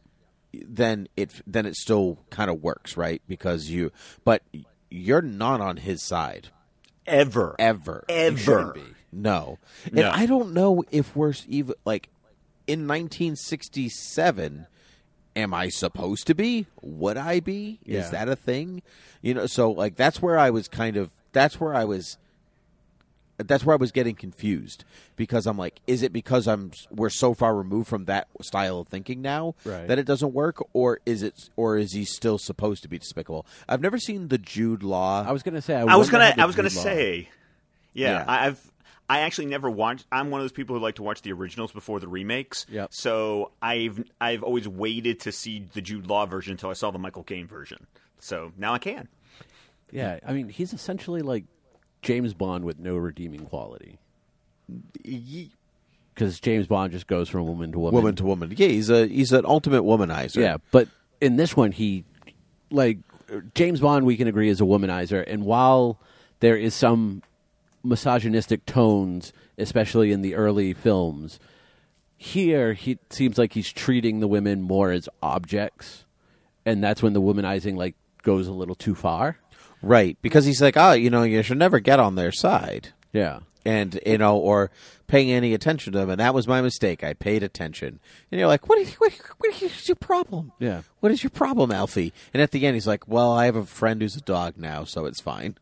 Speaker 2: then it then it still kind of works, right? Because you, but you're not on his side
Speaker 4: ever
Speaker 2: ever,
Speaker 4: Ever.
Speaker 2: You shouldn't be. No, and
Speaker 4: No.
Speaker 2: I don't know if we're s- even like in 1967. Am I supposed to be? Would I be?
Speaker 3: Yeah.
Speaker 2: Is that a thing? You know, so like that's where I was kind of. That's where I was. That's where I was getting confused because I'm like, is it because I'm s- we're so far removed from that style of thinking now
Speaker 3: Right.
Speaker 2: that it doesn't work, or is it, or is he still supposed to be despicable? I've never seen the Jude Law.
Speaker 3: I was gonna say. I,
Speaker 4: I
Speaker 3: wonder
Speaker 4: was gonna.
Speaker 3: how
Speaker 4: I was
Speaker 3: the
Speaker 4: gonna
Speaker 3: Jude Law-
Speaker 4: say. Yeah,
Speaker 2: Yeah.
Speaker 4: I- I've. I actually never watched. I'm one of those people who like to watch the originals before the remakes.
Speaker 3: Yep.
Speaker 4: So I've I've always waited to see the Jude Law version until I saw the Michael Caine version. So now I can.
Speaker 3: Yeah, I mean, he's essentially like James Bond with no redeeming quality
Speaker 2: Ye-
Speaker 3: because James Bond just goes from woman to woman.
Speaker 2: woman to woman. Yeah, he's a he's an ultimate womanizer.
Speaker 3: yeah, but in this one, he like James Bond. We can agree is a womanizer, and while there is some misogynistic tones, especially in the early films, here he it seems like he's treating the women more as objects, and that's when the womanizing like goes a little too far.
Speaker 2: right. Because he's like, oh, you know, you should never get on their side,
Speaker 3: Yeah.
Speaker 2: and you know, or paying any attention to them. And that was my mistake. I paid attention, and you're like, what is what, what is your problem?
Speaker 3: Yeah.
Speaker 2: what is your problem, Alfie? And at the end, he's like, well, I have a friend who's a dog now, so it's fine.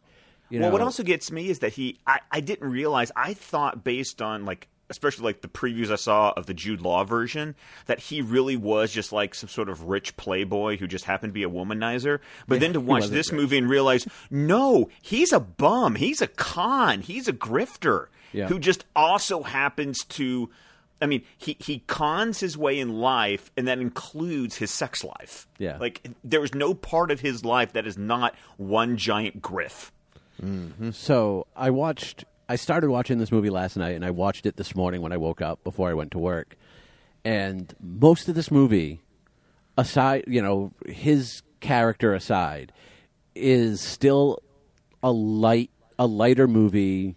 Speaker 3: You
Speaker 4: well, what
Speaker 3: know-
Speaker 4: also gets me is that he. I, I didn't realize. I thought based on like especially like the previews I saw of the Jude Law version that he really was just like some sort of rich playboy who just happened to be a womanizer. But then to watch
Speaker 3: wasn't
Speaker 4: this
Speaker 3: rich.
Speaker 4: movie and realize no, he's a bum, he's a con, he's a grifter
Speaker 3: Yeah.
Speaker 4: who just also happens to I mean, he he cons his way in life, and that includes his sex life.
Speaker 3: Yeah.
Speaker 4: like there is no part of his life that is not one giant grift.
Speaker 3: So I watched. I started watching this movie last night, and I watched it this morning when I woke up before I went to work. And most of this movie, aside, you know, his character aside, is still a light, a lighter movie,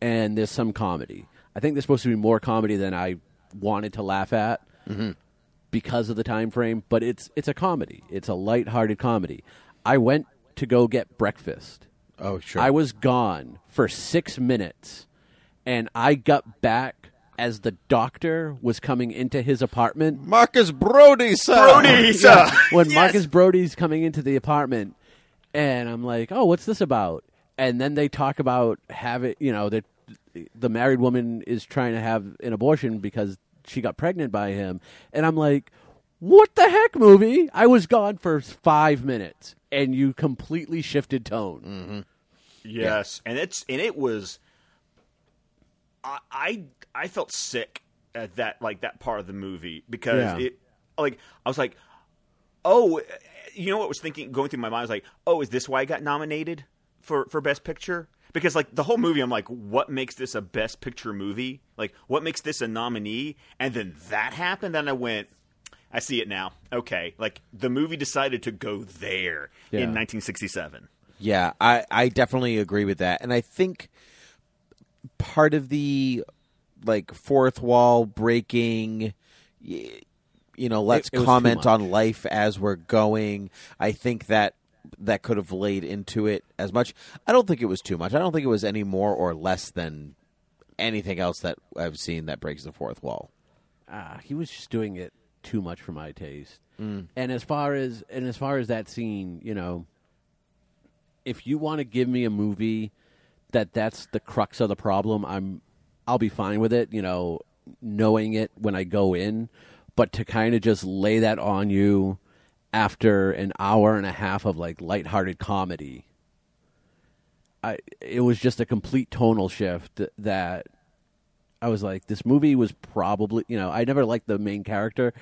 Speaker 3: and there's some comedy. I think there's supposed to be more comedy than I wanted to laugh at because of the time frame, but it's it's a comedy. It's a light-hearted comedy. I went to go get breakfast.
Speaker 2: Oh, sure.
Speaker 3: I was gone for six minutes, and I got back as the doctor was coming into his apartment.
Speaker 2: Marcus Brody, sir.
Speaker 4: Lisa!
Speaker 3: When Marcus Brody's coming into the apartment, and I'm like, "Oh, what's this about?" And then they talk about having, you know, that the married woman is trying to have an abortion because she got pregnant by him, and I'm like. What the heck, movie? I was gone for five minutes, and you completely shifted tone.
Speaker 4: Yes, and it's and it was. I I, I felt sick at that like that part of the movie because
Speaker 3: Yeah.
Speaker 4: it like I was like, oh, you know what was thinking going through my mind I was like, oh, is this why I got nominated for for best picture? Because like the whole movie, I'm like, what makes this a best picture movie? Like, what makes this a nominee? And then that happened, and I went. I see it now. Okay, like the movie decided to go there
Speaker 3: Yeah.
Speaker 4: in 1967.
Speaker 2: Yeah, I, I definitely agree with that. And I think part of the like fourth wall breaking y- you know, let's
Speaker 3: it was too
Speaker 2: comment
Speaker 3: much.
Speaker 2: on life as we're going. I think that that could have laid into it as much. I don't think it was too much. I don't think it was any more or less than anything else that I've seen that breaks the fourth wall.
Speaker 3: ah, he was just doing it too much for my taste. And as far as and as far as that scene, you know, if you want to give me a movie that that's the crux of the problem, I'm I'll be fine with it, you know, knowing it when I go in, but to kind of just lay that on you after an hour and a half of like lighthearted comedy. I it was just a complete tonal shift that I was like, this movie was probably, you know, I never liked the main character,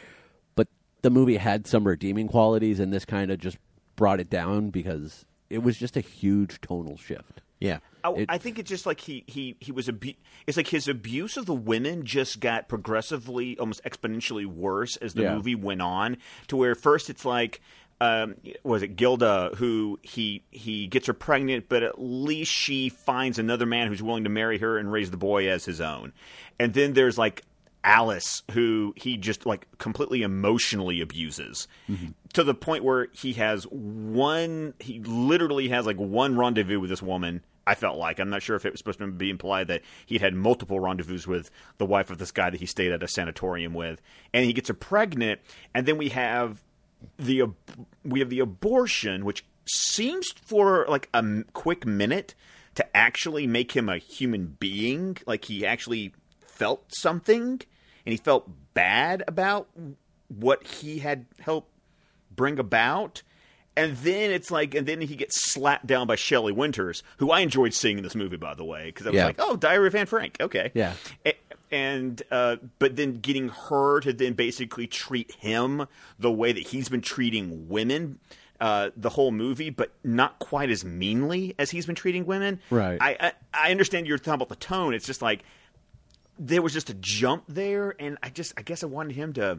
Speaker 3: but the movie had some redeeming qualities, and this kind of just brought it down because it was just a huge tonal shift.
Speaker 2: Yeah.
Speaker 4: I,
Speaker 3: It-
Speaker 4: I think it's just like he he he was abu- it's like his abuse of the women just got progressively almost exponentially worse as the
Speaker 3: Yeah.
Speaker 4: movie went on to where first it's like um, was it Gilda who he he gets her pregnant but at least she finds another man who's willing to marry her and raise the boy as his own and then there's like Alice who he just like completely emotionally abuses
Speaker 3: Mm-hmm.
Speaker 4: to the point where he has one he literally has like one rendezvous with this woman I felt like I'm not sure if it was supposed to be implied that he'd had multiple rendezvous with the wife of this guy that he stayed at a sanatorium with and he gets her pregnant and then we have the ab- we have the abortion which seems for like a m- quick minute to actually make him a human being like he actually felt something and he felt bad about what he had helped bring about and then it's like and then he gets slapped down by Shelley Winters who I enjoyed seeing in this movie by the way because I was
Speaker 2: Yeah.
Speaker 4: like oh Diary of Anne Frank okay
Speaker 3: Yeah.
Speaker 4: a- and uh, but then getting her to then basically treat him the way that he's been treating women uh, the whole movie, but not quite as meanly as he's been treating women.
Speaker 3: Right.
Speaker 4: I I, I understand you're talking about the tone. It's just like there was just a jump there, and I just I guess I wanted him to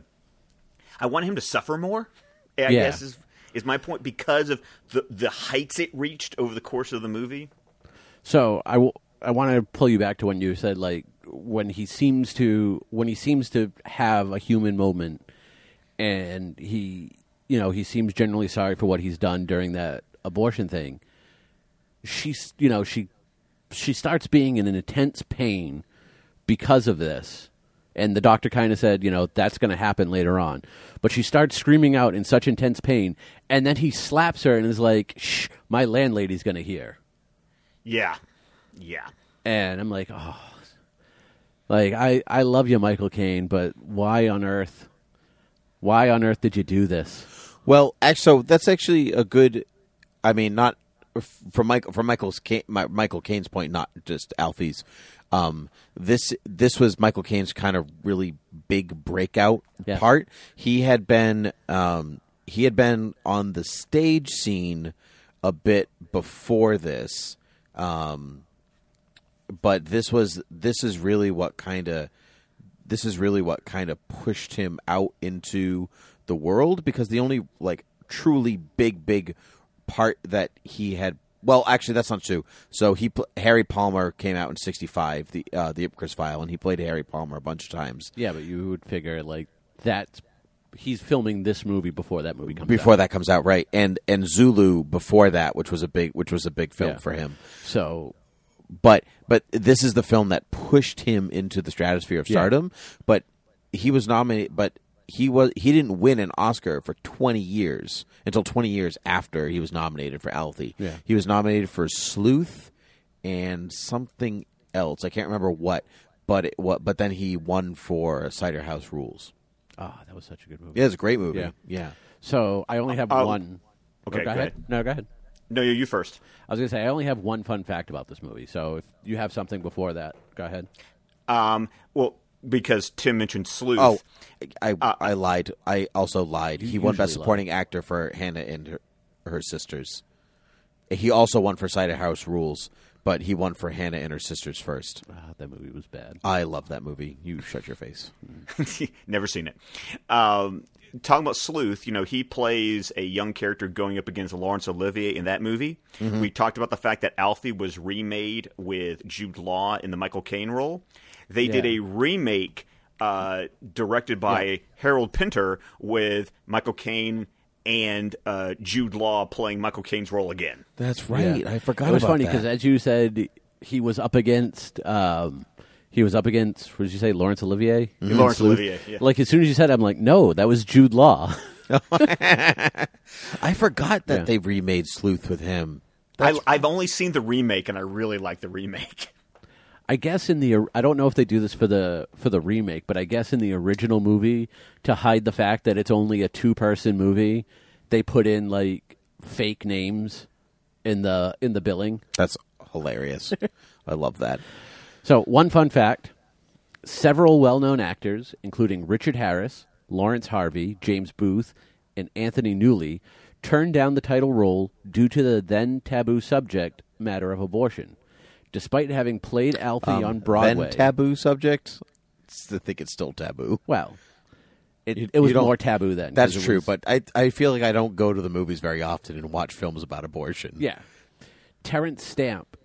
Speaker 4: I wanted him to suffer more. I
Speaker 3: Yeah.
Speaker 4: guess is is my point because of the the heights it reached over the course of the movie.
Speaker 3: So I want to pull you back to when you said like when he seems to when he seems to have a human moment, and he you know he seems generally sorry for what he's done during that abortion thing. She's you know she she starts being in an intense pain because of this. And the doctor kind of said, you know, that's going to happen later on. But she starts screaming out in such intense pain. And then he slaps her and is like, shh, my landlady's going to hear
Speaker 4: Yeah, yeah.
Speaker 3: and I'm like, oh, like I I love you, Michael Caine, but why on earth, why on earth did you do this?
Speaker 2: Well, actually, so that's actually a good. I mean, not f- from Michael from Michael's Ca- Mi- Michael Caine's point, not just Alfie's. Um, this this was Michael Caine's kind of really big breakout
Speaker 3: Yeah.
Speaker 2: part. He had been um, he had been on the stage scene a bit before this, um, but this was this is really what kind of this is really what kind of pushed him out into the world because the only like truly big big part that he had well actually that's not true so he pl- Harry Palmer came out in 65 the uh, the Ipcris file and he played Harry Palmer a bunch of times
Speaker 3: Yeah, but you would figure like that's he's filming this movie before that movie comes
Speaker 2: before
Speaker 3: out.
Speaker 2: that comes out right and and Zulu before that which was a big which was a big film
Speaker 3: Yeah.
Speaker 2: for him
Speaker 3: So
Speaker 2: but but this is the film that pushed him into the stratosphere of stardom. But he was nominated, but he was he didn't win an Oscar for twenty years until twenty years after he was nominated for Alfie.
Speaker 3: Yeah.
Speaker 2: He was nominated for Sleuth and something else. I can't remember what, but it, what but then he won for Cider House Rules.
Speaker 3: ah, that was such a good movie.
Speaker 2: Yeah, it's a great movie.
Speaker 3: Yeah.
Speaker 2: yeah.
Speaker 3: So I only have
Speaker 4: Um,
Speaker 3: one.
Speaker 4: okay,
Speaker 3: No, Uh, oh, go,
Speaker 4: go
Speaker 3: ahead.
Speaker 4: ahead.
Speaker 3: No, go ahead.
Speaker 4: No, you you first.
Speaker 3: I was gonna say I only have one fun fact about this movie. So if you have something before that, go ahead.
Speaker 4: Um, well, because Tim mentioned Sleuth.
Speaker 2: Oh, I I lied. I also lied. He won Best
Speaker 3: usually lie.
Speaker 2: Supporting Actor for Hannah and her, her sisters. He also won for Cider House Rules, but he won for Hannah and her sisters first.
Speaker 3: Ah, that movie was bad.
Speaker 2: I love that movie. You shut your face.
Speaker 4: Never seen it. Um, talking about Sleuth, you know, he plays a young character going up against Laurence Olivier in that movie. We talked about the fact that Alfie was remade with Jude Law in the Michael Caine role. They did
Speaker 3: Yeah.
Speaker 4: a remake uh, directed by Harold Pinter with Michael Caine and uh, Jude Law playing Michael Caine's role again.
Speaker 2: That's
Speaker 3: Yeah. It was funny because, as you said, he was up against. Um, he was up against. What did you say, Lawrence Olivier?
Speaker 4: Mm-hmm. Laurence
Speaker 3: Sleuth?
Speaker 4: Olivier, yeah.
Speaker 3: Like as soon as you said, it, I'm like, no, that was Jude Law.
Speaker 2: I forgot that
Speaker 3: Yeah.
Speaker 2: they remade Sleuth with him.
Speaker 4: I, I've only seen the remake, and I really like the remake.
Speaker 3: I guess in the I don't know if they do this for the for the remake, but I guess in the original movie to hide the fact that it's only a two person movie, they put in like fake names in the in the billing.
Speaker 2: That's hilarious. I love that.
Speaker 3: So, one fun fact several well known actors, including Richard Harris, Lawrence Harvey, James Booth, and Anthony Newley, turned down the title role due to the then taboo subject matter of abortion. Despite having played Alfie on Broadway.
Speaker 2: Um, Then taboo subject. I think it's still taboo.
Speaker 3: well, it,
Speaker 2: You-
Speaker 3: it was
Speaker 2: you don't-
Speaker 3: more taboo then. 'cause
Speaker 2: That's
Speaker 3: it
Speaker 2: true,
Speaker 3: was-
Speaker 2: but I I feel like I don't go to the movies very often and watch films about abortion.
Speaker 3: Yeah. Terrence Stamp,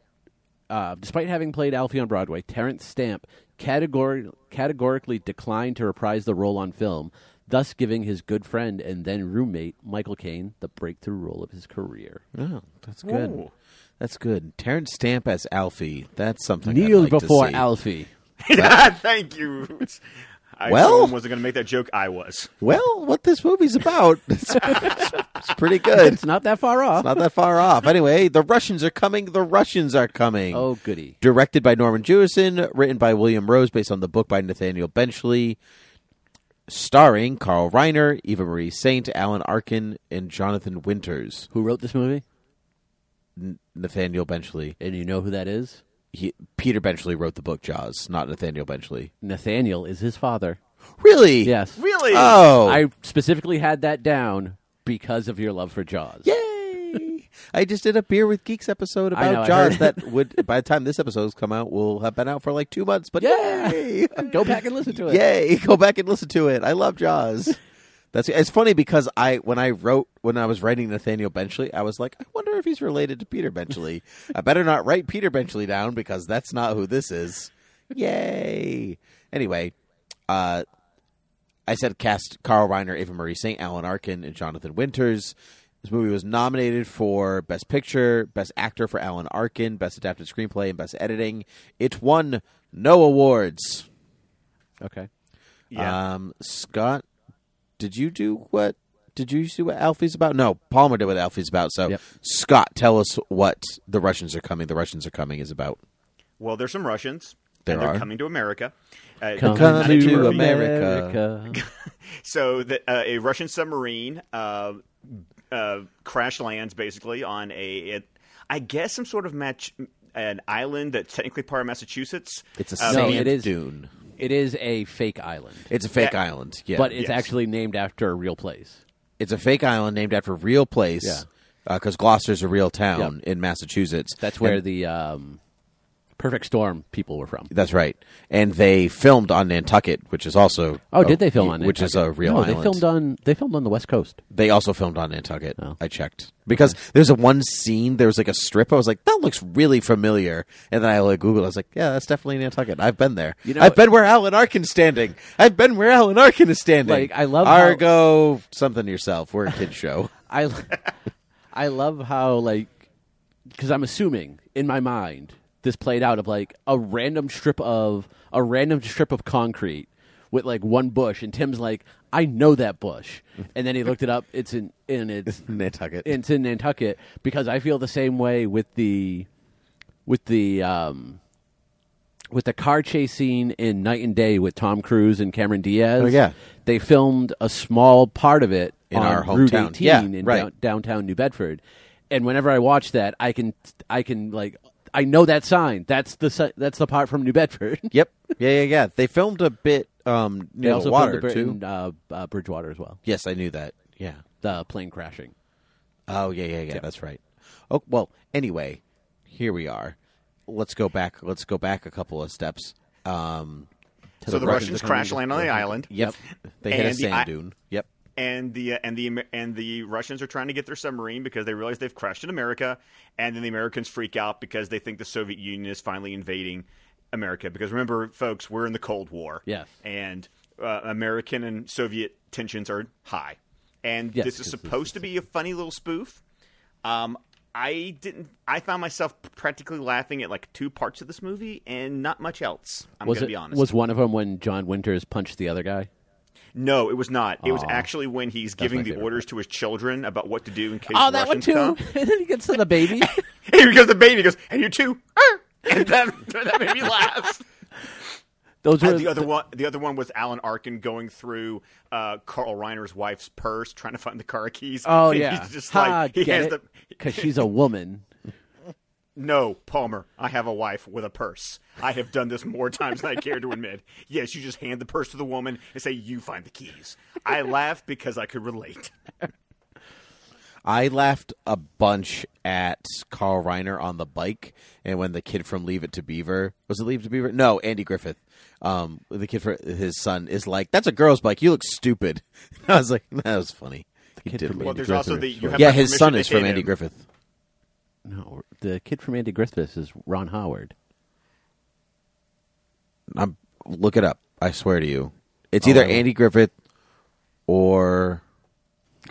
Speaker 3: uh, despite having played Alfie on Broadway, Terrence Stamp categori- categorically declined to reprise the role on film, thus giving his good friend and then roommate, Michael Caine, the breakthrough role of his career.
Speaker 2: Oh, that's good.
Speaker 4: Ooh.
Speaker 2: That's good. Terrence Stamp as Alfie. That's something.
Speaker 3: Kneel
Speaker 2: I'd like
Speaker 3: before
Speaker 2: to see.
Speaker 3: Alfie.
Speaker 4: Thank you. I,
Speaker 2: Well-
Speaker 4: someone wasn't going to make that joke. I was.
Speaker 2: Well, what this movie's about? It's, it's pretty good.
Speaker 3: It's not that far off.
Speaker 2: Not that far off. Anyway, the Russians are coming. The Russians are coming.
Speaker 3: oh, goody.
Speaker 2: Directed by Norman Jewison, written by William Rose, based on the book by Nathaniel Benchley, starring Carl Reiner, Eva Marie Saint, Alan Arkin, and Jonathan Winters.
Speaker 3: Who wrote this movie?
Speaker 2: Nathaniel Benchley.
Speaker 3: And you know who that is?
Speaker 2: He, Peter Benchley wrote the book Jaws, not Nathaniel Benchley.
Speaker 3: Nathaniel is his father.
Speaker 2: Really?
Speaker 3: Yes.
Speaker 4: Really?
Speaker 2: Oh,
Speaker 3: I specifically had that down because of your love for Jaws.
Speaker 2: Yay! I just did a beer with geeks episode
Speaker 3: I know,
Speaker 2: about
Speaker 3: I
Speaker 2: Jaws
Speaker 3: heard.
Speaker 2: that would, by the time this episode's come out, will have been out for like two months. But
Speaker 3: Yeah.
Speaker 2: yay!
Speaker 3: Go back and listen to it.
Speaker 2: Yay! Go back and listen to it. I love Jaws. That's it's funny because I when I wrote when I was writing Nathaniel Benchley, I was like, I wonder if he's related to Peter Benchley. I better not write Peter Benchley down because that's not who this is. Yay! Anyway, uh, I said cast Carl Reiner, Ava Marie Saint, Alan Arkin, and Jonathan Winters. This movie was nominated for Best Picture, Best Actor for Alan Arkin, Best Adapted Screenplay, and Best Editing. It won no awards.
Speaker 3: Okay.
Speaker 4: Yeah.
Speaker 2: Um, Scott, did you do what? Did you see what Alfie's about? No, Palmer did what Alfie's about. So,
Speaker 3: Yep.
Speaker 2: Scott, tell us what the Russians are coming. The Russians are coming is about.
Speaker 4: well, there's some Russians.
Speaker 2: There
Speaker 4: and they're
Speaker 2: are.
Speaker 4: coming to America. Uh,
Speaker 3: Come
Speaker 2: Come
Speaker 3: to,
Speaker 2: to
Speaker 4: Murphy.
Speaker 2: America.
Speaker 3: America.
Speaker 4: So the, uh, a Russian submarine uh, uh, crash lands basically on a, it- I guess some sort of match an island that's technically part of Massachusetts.
Speaker 2: It's a
Speaker 4: Uh,
Speaker 3: No,
Speaker 2: sand
Speaker 3: it is-
Speaker 2: dune.
Speaker 3: It is a fake island,
Speaker 2: It's a fake
Speaker 4: Yeah.
Speaker 2: island. Yeah,
Speaker 3: but it's
Speaker 4: Yes.
Speaker 3: actually named after a real place.
Speaker 2: it's a fake island named after a real place.
Speaker 3: Yeah.
Speaker 2: Because Gloucester's a real town in Massachusetts.
Speaker 3: That's where
Speaker 2: And-
Speaker 3: the um, Perfect Storm people were from.
Speaker 2: that's right. And they filmed on Nantucket, which is also
Speaker 3: Oh,
Speaker 2: a-
Speaker 3: did they film on
Speaker 2: which is
Speaker 3: Nantucket?
Speaker 2: a real
Speaker 3: no,
Speaker 2: island.
Speaker 3: They filmed on they filmed on the West Coast.
Speaker 2: They also filmed on Nantucket.
Speaker 3: Oh.
Speaker 2: I checked because there's a one scene. There was like a strip. I was like, that looks really familiar. And then I like Googled. I was like, yeah, that's definitely Nantucket. I've been there.
Speaker 3: You know-
Speaker 2: I've been where Alan Arkin's standing. I've been where Alan Arkin is standing.
Speaker 3: Like, I love how-
Speaker 2: Argo something yourself. We're a kid show.
Speaker 3: I I love how like because I'm assuming in my mind this played out of like a random strip of a random strip of concrete with like one bush and Tim's like I know that bush and then he looked it up it's in and it's
Speaker 2: Nantucket.
Speaker 3: it's in Nantucket because I feel the same way with the with the um with the car chase scene in Night and Day with Tom Cruise and Cameron Diaz.
Speaker 2: Oh, yeah.
Speaker 3: they filmed a small part of it
Speaker 2: In
Speaker 3: on
Speaker 2: our
Speaker 3: Route
Speaker 2: hometown.
Speaker 3: 18
Speaker 2: Yeah,
Speaker 3: in
Speaker 2: right.
Speaker 3: down- downtown New Bedford. And whenever I watch that, I can I can like I know that sign. That's the si- that's the part from New Bedford.
Speaker 2: Yep. Yeah, yeah, yeah. They filmed a bit um,
Speaker 3: They
Speaker 2: near
Speaker 3: also
Speaker 2: the
Speaker 3: filmed
Speaker 2: water
Speaker 3: the Brit-
Speaker 2: too.
Speaker 3: in, uh, uh, Bridgewater as well.
Speaker 2: Yes, I knew that. Yeah.
Speaker 3: The plane crashing.
Speaker 2: Oh yeah, yeah, yeah. That's right. Oh well. Anyway, here we are. Let's go back. Let's go back a couple of steps. Um, to
Speaker 4: so the,
Speaker 2: Russians
Speaker 4: Russians
Speaker 2: are
Speaker 4: crash
Speaker 2: coming
Speaker 4: land on the island.
Speaker 2: in. Yep. They hit a
Speaker 4: And the
Speaker 2: sand
Speaker 4: i-
Speaker 2: dune. Yep.
Speaker 4: and the uh, and the Amer- and the Russians are trying to get their submarine because they realize they've crashed in America, and then the Americans freak out because they think the Soviet Union is finally invading America. Because remember, folks, we're in the Cold War,
Speaker 3: Yes.
Speaker 4: and uh, American and Soviet tensions are high, and
Speaker 3: Yes,
Speaker 4: this is
Speaker 3: yes, yes,
Speaker 4: supposed to be a funny little spoof. Um, I didn't. I found myself practically laughing at like two parts of this movie and not much else. I'm
Speaker 3: was
Speaker 4: gonna
Speaker 3: it
Speaker 4: be honest.
Speaker 3: was one of them when John Winters punched the other guy?
Speaker 4: No, it was not. It was actually when he's giving
Speaker 3: my
Speaker 4: the
Speaker 3: favorite
Speaker 4: orders to his children about what to do in case
Speaker 3: Oh,
Speaker 4: the
Speaker 3: that one
Speaker 4: Russians
Speaker 3: too.
Speaker 4: come.
Speaker 3: and then he gets to the baby.
Speaker 4: And here goes the baby. He goes, and you too. Ah! And that, that made me laugh.
Speaker 3: Those were
Speaker 4: And the other one, the other one was Alan Arkin going through uh, Carl Reiner's wife's purse, trying to find the car keys.
Speaker 3: Oh
Speaker 4: And
Speaker 3: yeah,
Speaker 4: he's just
Speaker 3: Ha,
Speaker 4: like he
Speaker 3: get
Speaker 4: has
Speaker 3: it?
Speaker 4: the
Speaker 3: 'Cause she's a woman.
Speaker 4: no Palmer. I have a wife with a purse. I have done this more times than I care to admit. Yes, you just hand the purse to the woman and say you find the keys. I laughed because I could relate.
Speaker 2: I laughed a bunch at Carl Reiner on the bike, and when the kid from Leave It to Beaver was it Leave It to Beaver? No, Andy Griffith. Um, the kid for his son is like, "That's a girl's bike. You look stupid." I was like, "That was funny." He
Speaker 3: kid
Speaker 2: did
Speaker 3: from
Speaker 2: look
Speaker 4: Well,
Speaker 3: Andy
Speaker 4: there's also the
Speaker 3: Griffith.
Speaker 4: you have
Speaker 2: yeah,
Speaker 4: my
Speaker 2: his
Speaker 4: permission
Speaker 2: son
Speaker 4: to
Speaker 2: is from
Speaker 4: hit
Speaker 2: Andy
Speaker 4: him.
Speaker 2: Griffith.
Speaker 3: No, the kid from Andy Griffith is Ron Howard.
Speaker 2: I'm look it up. I swear to you, it's either Andy Griffith or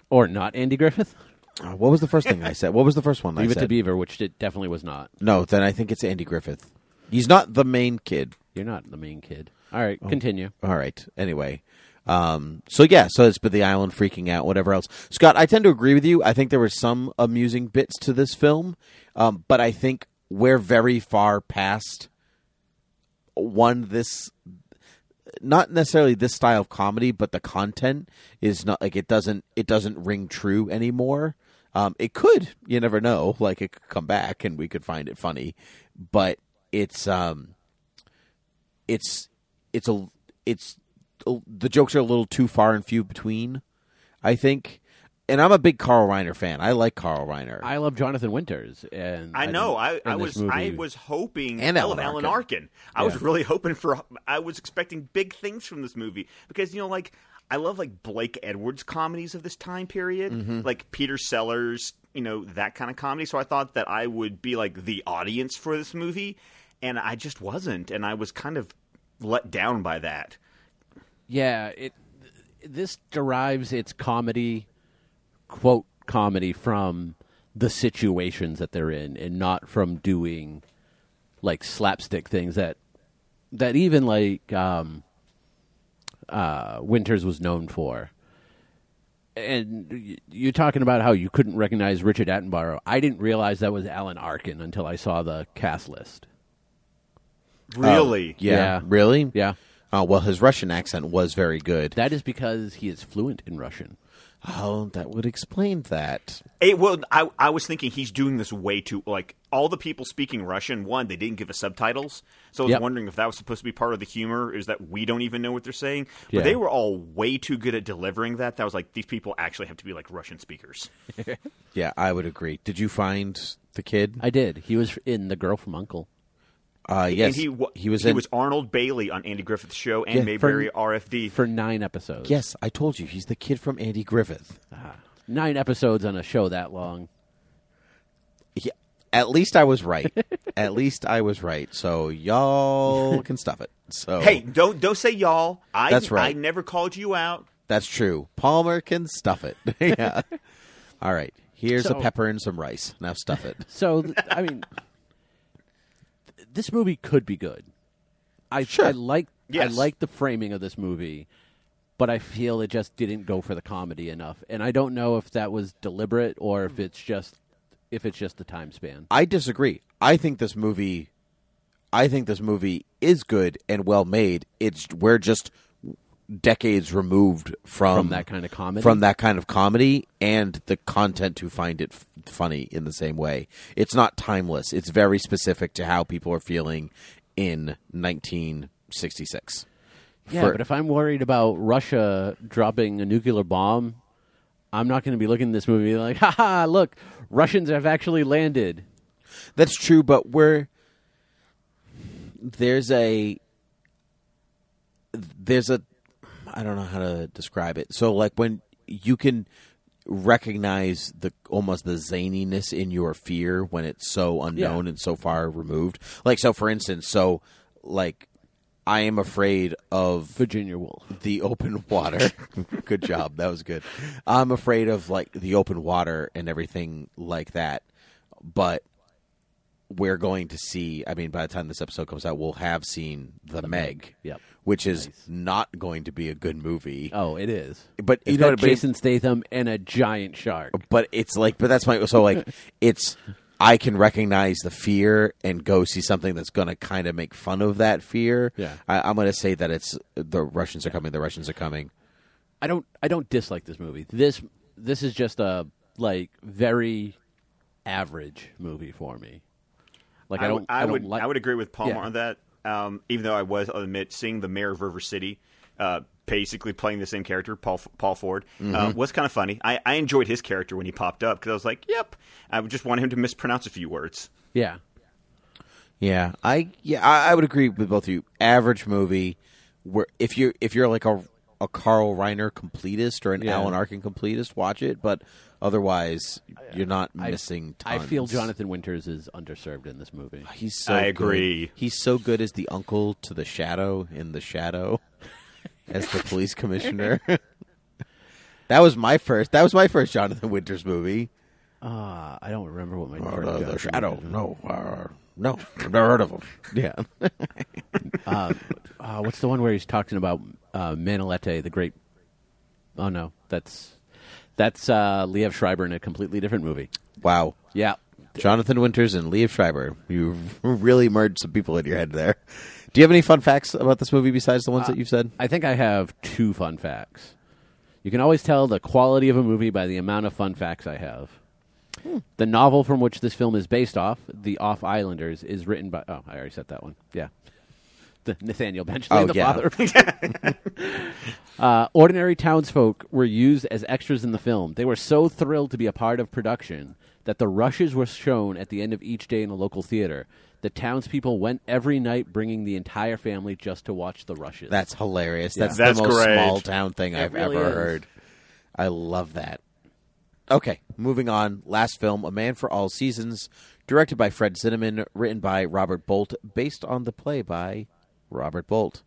Speaker 3: Or not Andy Griffith?
Speaker 2: uh, what was the first thing I said? What was the first one I
Speaker 3: Leave it
Speaker 2: said?
Speaker 3: to Beaver, which it definitely was not.
Speaker 2: No, then I think it's Andy Griffith. He's not the main kid.
Speaker 3: You're not the main kid. All right,
Speaker 4: Oh.
Speaker 3: continue.
Speaker 2: All right. Anyway, um, so yeah, so it's but the island freaking out, whatever else. Scott, I tend to agree with you. I think there were some amusing bits to this film, um, but I think we're very far past one this not necessarily this style of comedy, but the content is not like it doesn't it doesn't ring true anymore. Um, it could, you never know. Like it could come back and we could find it funny, but it's um, it's it's a it's the jokes are a little too far and few between. I think, and I'm a big Carl Reiner fan. I like Carl Reiner.
Speaker 3: I love Jonathan Winters, and
Speaker 4: I know. I,
Speaker 3: think in
Speaker 4: I
Speaker 3: this
Speaker 4: was I
Speaker 3: movie-
Speaker 4: was hoping
Speaker 2: And
Speaker 4: Alan,
Speaker 2: Alan
Speaker 4: Alan
Speaker 2: Arkin.
Speaker 4: Arkin. I was really hoping for. I was expecting big things from this movie because you know, like I love like Blake Edwards comedies of this time period,
Speaker 3: Mm-hmm.
Speaker 4: like Peter Sellers, you know, that kind of comedy. So I thought that I would be like the audience for this movie, and I just wasn't, and I was kind of let down by that.
Speaker 3: Yeah, it this derives its comedy quote comedy from the situations that they're in and not from doing like slapstick things that that even like um uh Winters was known for. And y- you're talking about how you couldn't recognize Richard Attenborough. I didn't realize that was Alan Arkin until I saw the cast list.
Speaker 4: Really,
Speaker 3: Oh,
Speaker 2: yeah.
Speaker 3: yeah.
Speaker 2: really,
Speaker 3: Yeah.
Speaker 2: Uh, well, his Russian accent was very good.
Speaker 3: That is because he is fluent in Russian.
Speaker 2: Oh, that would explain that.
Speaker 4: It, well, I, I was thinking he's doing this way too. Like all the people speaking Russian, one they didn't give us subtitles, so I was
Speaker 3: Yep.
Speaker 4: wondering if that was supposed to be part of the humor is that we don't even know what they're saying. But
Speaker 3: Yeah.
Speaker 4: they were all way too good at delivering that. That was like these people actually have to be like Russian speakers.
Speaker 2: Yeah, I would agree. Did you find the kid?
Speaker 3: I did. He was in The Girl from Uncle.
Speaker 2: Uh, yes,
Speaker 4: and he wa-
Speaker 2: he was.
Speaker 4: he
Speaker 2: in,
Speaker 4: was Arnold Bailey on Andy Griffith's show and
Speaker 2: Yeah, for-
Speaker 4: Mayberry RFD.
Speaker 3: for nine episodes.
Speaker 2: Yes, I told you he's the kid from Andy Griffith.
Speaker 3: Nine episodes on a show that long.
Speaker 2: He- at least I was right. at least I was right. So y'all can stuff it. So
Speaker 4: hey, don't don't say y'all. I,
Speaker 2: That's right.
Speaker 4: I never called you out.
Speaker 2: that's true. Palmer can stuff it. yeah. All right. Here's
Speaker 3: So-
Speaker 2: a pepper and some rice. Now stuff it.
Speaker 3: So, th- I mean, th- this movie could be good. I, I like
Speaker 4: Yes.
Speaker 3: I like the framing of this movie, but I feel it just didn't go for the comedy enough. And I don't know if that was deliberate or if it's just if it's just the time span.
Speaker 2: I disagree. I think this movie, I think this movie is good and well made. It's we're just decades removed from,
Speaker 3: From that kind of comedy?
Speaker 2: from that kind of comedy, and the content to find it f- funny in the same way. It's not timeless. It's very specific to how people are feeling in 1966.
Speaker 3: Yeah,
Speaker 2: For-
Speaker 3: but if I'm worried about Russia dropping a nuclear bomb, I'm not going to be looking at this movie like, ha ha, look, Russians have actually landed.
Speaker 2: That's true, but we're there's a there's a I don't know how to describe it. So like when you can recognize the almost the zaniness in your fear when it's so unknown
Speaker 3: Yeah.
Speaker 2: and so far removed. Like so for instance, so like I am afraid of
Speaker 3: Virginia Woolf.
Speaker 2: the open water. good job. That was good. I'm afraid of like the open water and everything like that. But we're going to see, I mean, by the time this episode comes out, we'll have seen The, Meg,
Speaker 3: Yep.
Speaker 2: which is not going to be a good movie.
Speaker 3: Oh, it is.
Speaker 2: But
Speaker 3: It's
Speaker 2: you know
Speaker 3: got
Speaker 2: what, but it-
Speaker 3: Jason Statham and a giant
Speaker 4: Oh.
Speaker 3: shark.
Speaker 2: but it's like but that's my so like it's I can recognize the fear and go see something that's going to kind of make fun of that fear.
Speaker 3: Yeah.
Speaker 2: I, I'm going to say that it's the Russians are coming. The Russians are coming.
Speaker 3: I don't I don't dislike this movie. This this is just a like very average movie for me. Like I, don't
Speaker 4: I,
Speaker 3: don't
Speaker 4: would
Speaker 3: like
Speaker 4: I would agree with Palmer
Speaker 3: Yeah.
Speaker 4: on that. Um, even though I was I'll admit seeing the mayor of River City, uh, basically playing the same character, Paul F- Paul Ford, uh,
Speaker 3: Mm-hmm.
Speaker 4: was kind of funny. I, I enjoyed his character when he popped up because I was like, yep, I would just want him to mispronounce a few words.
Speaker 3: Yeah.
Speaker 2: Yeah, I yeah I, I would agree with both of you. Average movie, where if you if you're like a a Carl Reiner completist or an
Speaker 3: Yeah.
Speaker 2: Alan Arkin completist, watch it. But otherwise, you're not missing.
Speaker 3: I
Speaker 2: tons.
Speaker 3: feel Jonathan Winters is underserved in this movie.
Speaker 2: He's so
Speaker 4: I
Speaker 2: good.
Speaker 4: agree.
Speaker 2: He's so good as the uncle to the shadow in the shadow, as the police commissioner. that was my first. That was my first Jonathan Winters movie.
Speaker 3: Ah, I don't remember
Speaker 4: Oh,
Speaker 3: what my first
Speaker 2: Uh,
Speaker 3: Jonathan Winters was.
Speaker 2: No, uh, no, I've never heard of him. Yeah,
Speaker 3: Uh, what's the one where he's talking about uh, Manolete, the great? Oh no, that's that's uh, Liev Schreiber in a completely different movie.
Speaker 2: wow.
Speaker 3: Yeah,
Speaker 2: Jonathan Winters and Liev Schreiber. You really merged some people in your head there. Do you have any fun facts about this movie besides the ones
Speaker 4: Uh,
Speaker 2: that you've said?
Speaker 3: I think I have two fun facts. You can always tell the quality of a movie by the amount of fun facts I have.
Speaker 2: Hmm.
Speaker 3: The novel from which this film is based off, The Off Islanders, is written by. Oh, I already said that one. Yeah. The Nathaniel Benchley,
Speaker 2: Oh,
Speaker 3: the
Speaker 2: yeah.
Speaker 3: father. uh, ordinary townsfolk were used as extras in the film. They were so thrilled to be a part of production that the rushes were shown at the end of each day in a local theater. The townspeople went every night, bringing the entire family just to watch the rushes.
Speaker 2: That's hilarious. That's,
Speaker 4: That's
Speaker 2: the most
Speaker 4: great.
Speaker 2: small town thing I've
Speaker 3: really
Speaker 2: ever
Speaker 3: is.
Speaker 2: heard. I love that. Okay, moving on. Last film, A Man for All Seasons, directed by Fred Zinnemann, written by Robert Bolt, based on the play by Robert Bolt.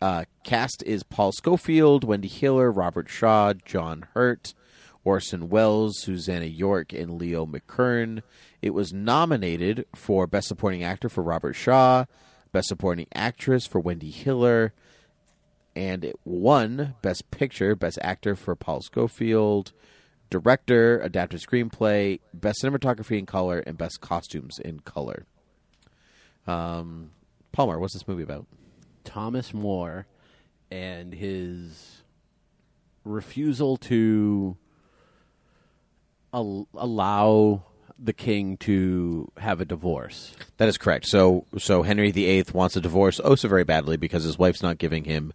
Speaker 2: Uh, cast is Paul Schofield, Wendy Hiller, Robert Shaw, John Hurt, Orson Welles, Susanna York, and Leo McKern. It was nominated for Best Supporting Actor for Robert Shaw, Best Supporting Actress for Wendy Hiller, and it won Best Picture, Best Actor for Paul Schofield, Director, Adapted Screenplay, Best Cinematography in Color, and Best Costumes in Color. Um, Palmer, what's this movie about?
Speaker 3: Thomas More and his refusal to al- allow the king to have a divorce.
Speaker 2: That is correct. So so Henry VIII wants a divorce oh so very badly because his wife's not giving him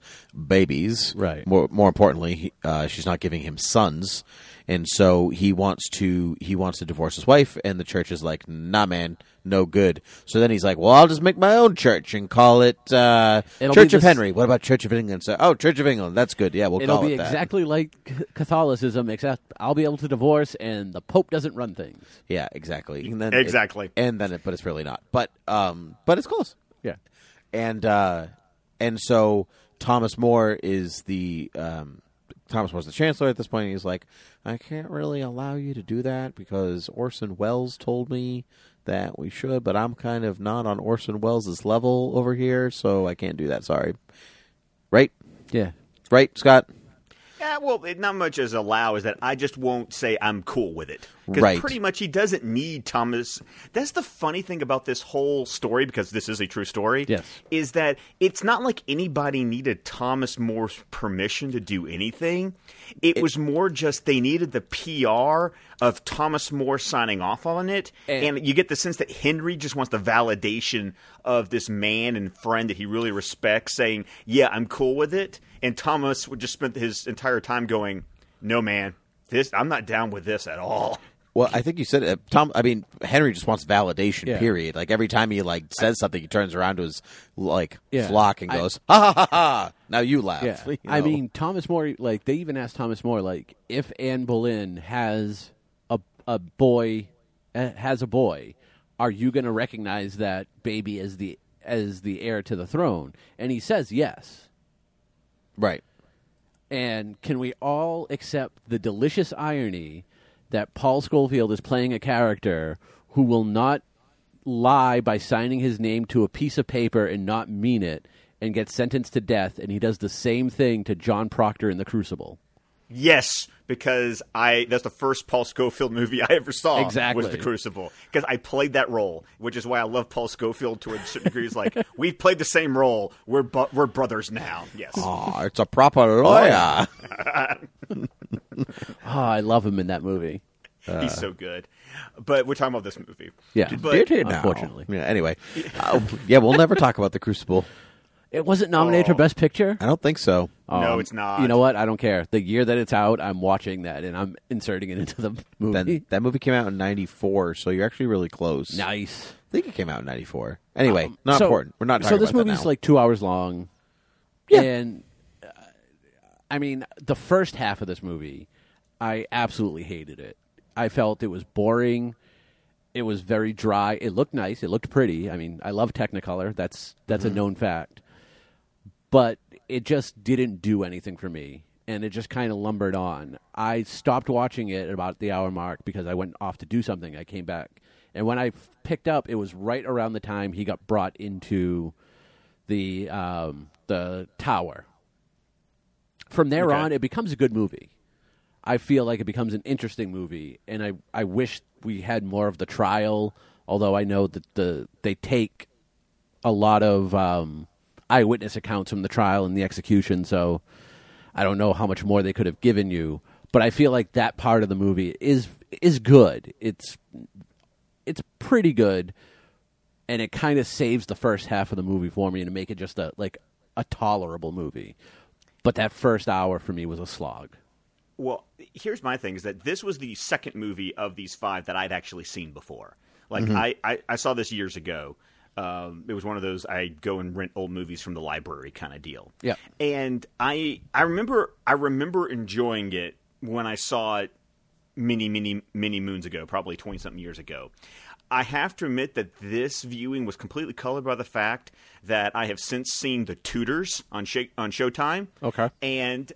Speaker 2: babies.
Speaker 3: Right.
Speaker 2: More more importantly, he- uh, she's not giving him sons, and so he wants to he wants to divorce his wife, and the church is like, nah, man, no good. So then he's like, well, I'll just make my own church and call it uh,
Speaker 3: It'll
Speaker 2: Church
Speaker 3: be
Speaker 2: of
Speaker 3: the s-
Speaker 2: Henry. What about Church of England? So oh, Church of England, that's good. Yeah, we'll
Speaker 3: It'll
Speaker 2: call
Speaker 3: be
Speaker 2: it that.
Speaker 3: exactly like c- Catholicism, except I'll be able to divorce and the Pope doesn't run things.
Speaker 2: yeah, exactly. And then it-
Speaker 4: Exactly.
Speaker 2: and then it, but it's really not. But um, but it's close.
Speaker 3: Yeah.
Speaker 2: and uh, and so Thomas More is the um, Thomas More's the chancellor at this point. And he's like, I can't really allow you to do that because Orson Welles told me that we should, but I'm kind of not on Orson Welles' level over here, so I can't do that. Sorry, right?
Speaker 3: Yeah.
Speaker 2: Right, Scott?
Speaker 4: Yeah, well, it, not much as allow is that I just won't say I'm cool with it. Because
Speaker 2: Right.
Speaker 4: pretty much he doesn't need Thomas. That's the funny thing about this whole story, because this is a true story.
Speaker 3: Yes.
Speaker 4: Is that it's not like anybody needed Thomas More's permission to do anything. It, was more just they needed the PR of Thomas More signing off on it. And, you get the sense that Henry just wants the validation of this man and friend that he really respects saying, Yeah, I'm cool with it. And Thomas would just spent his entire time going, No, man, this I'm not down with this at all.
Speaker 2: Well, I think you said it. Tom. I mean, Henry just wants validation.
Speaker 3: Yeah.
Speaker 2: Period. Like every time he like says something, he turns around to his like
Speaker 3: Yeah.
Speaker 2: flock and
Speaker 3: I-
Speaker 2: goes, "Ha ha ha ha!" Now you laugh.
Speaker 3: Yeah.
Speaker 2: You
Speaker 3: I
Speaker 2: know?
Speaker 3: mean, Thomas More, like, they even asked Thomas More, like, if Anne Boleyn has a, a boy, uh, has a boy, are you going to recognize that baby as the, as the heir to the throne? And he says yes.
Speaker 2: right?
Speaker 3: And can we all accept the delicious irony that Paul Schofield is playing a character who will not lie by signing his name to a piece of paper and not mean it and gets sentenced to death and he does the same thing to John Proctor in The Crucible.
Speaker 4: Yes, because I that's the first Paul Schofield movie I ever saw
Speaker 3: Exactly.
Speaker 4: was The Crucible because I played that role, which is why I love Paul Schofield to a certain degree. He's like, we've played the same role. We're bu- we're brothers now. Yes.
Speaker 2: Oh, it's a proper lawyer.
Speaker 3: Ah, I love him in that movie.
Speaker 4: He's so good. But we're talking about this movie.
Speaker 3: Yeah.
Speaker 4: But
Speaker 2: Did he now?
Speaker 3: unfortunately.
Speaker 2: Yeah, anyway, uh, yeah, we'll never talk about the Crucible.
Speaker 3: It wasn't nominated for Best Picture.
Speaker 2: I don't think so.
Speaker 3: Oh.
Speaker 4: no, Oh. it's not.
Speaker 3: Um, You know what? I don't care. The year that it's out, I'm watching that and I'm inserting it into the movie.
Speaker 2: Then that movie came out in '94, so you're actually really close.
Speaker 3: nice.
Speaker 2: I think it came out in '94. Anyway, not
Speaker 3: Um, So-
Speaker 2: important. We're not talking
Speaker 3: So this
Speaker 2: about that
Speaker 3: movie's
Speaker 2: now.
Speaker 3: like two hours long. Yeah. And uh, I mean, the first half of this movie, I absolutely hated it. I felt it was boring. It was very dry. It looked nice. It looked pretty. I mean, I love Technicolor. That's that's
Speaker 2: Mm-hmm.
Speaker 3: a known fact. But it just didn't do anything for me, and it just kind of lumbered on. I stopped watching it at about the hour mark because I went off to do something. I came back, and when I f- picked up, it was right around the time he got brought into the um, the tower. From there on, it becomes a good movie. I feel like it becomes an interesting movie, and I, I wish we had more of the trial. Although I know that the they take a lot of um, eyewitness accounts from the trial and the execution, so I don't know how much more they could have given you. But I feel like that part of the movie is is good. It's it's pretty good, and it kind of saves the first half of the movie for me to make it just a like a tolerable movie. But that first hour for me was a slog.
Speaker 4: Well, here's my thing: is that this was the second movie of these five that I'd actually seen before. Like
Speaker 3: Mm-hmm.
Speaker 4: I, I, I saw this years ago. Um, it was one of those I go and rent old movies from the library kind of deal.
Speaker 3: Yeah.
Speaker 4: and I I remember I remember enjoying it when I saw it many many many moons ago, probably twenty something years ago. I have to admit that this viewing was completely colored by the fact that I have since seen The Tudors on Sha- on Showtime.
Speaker 3: Okay.
Speaker 4: and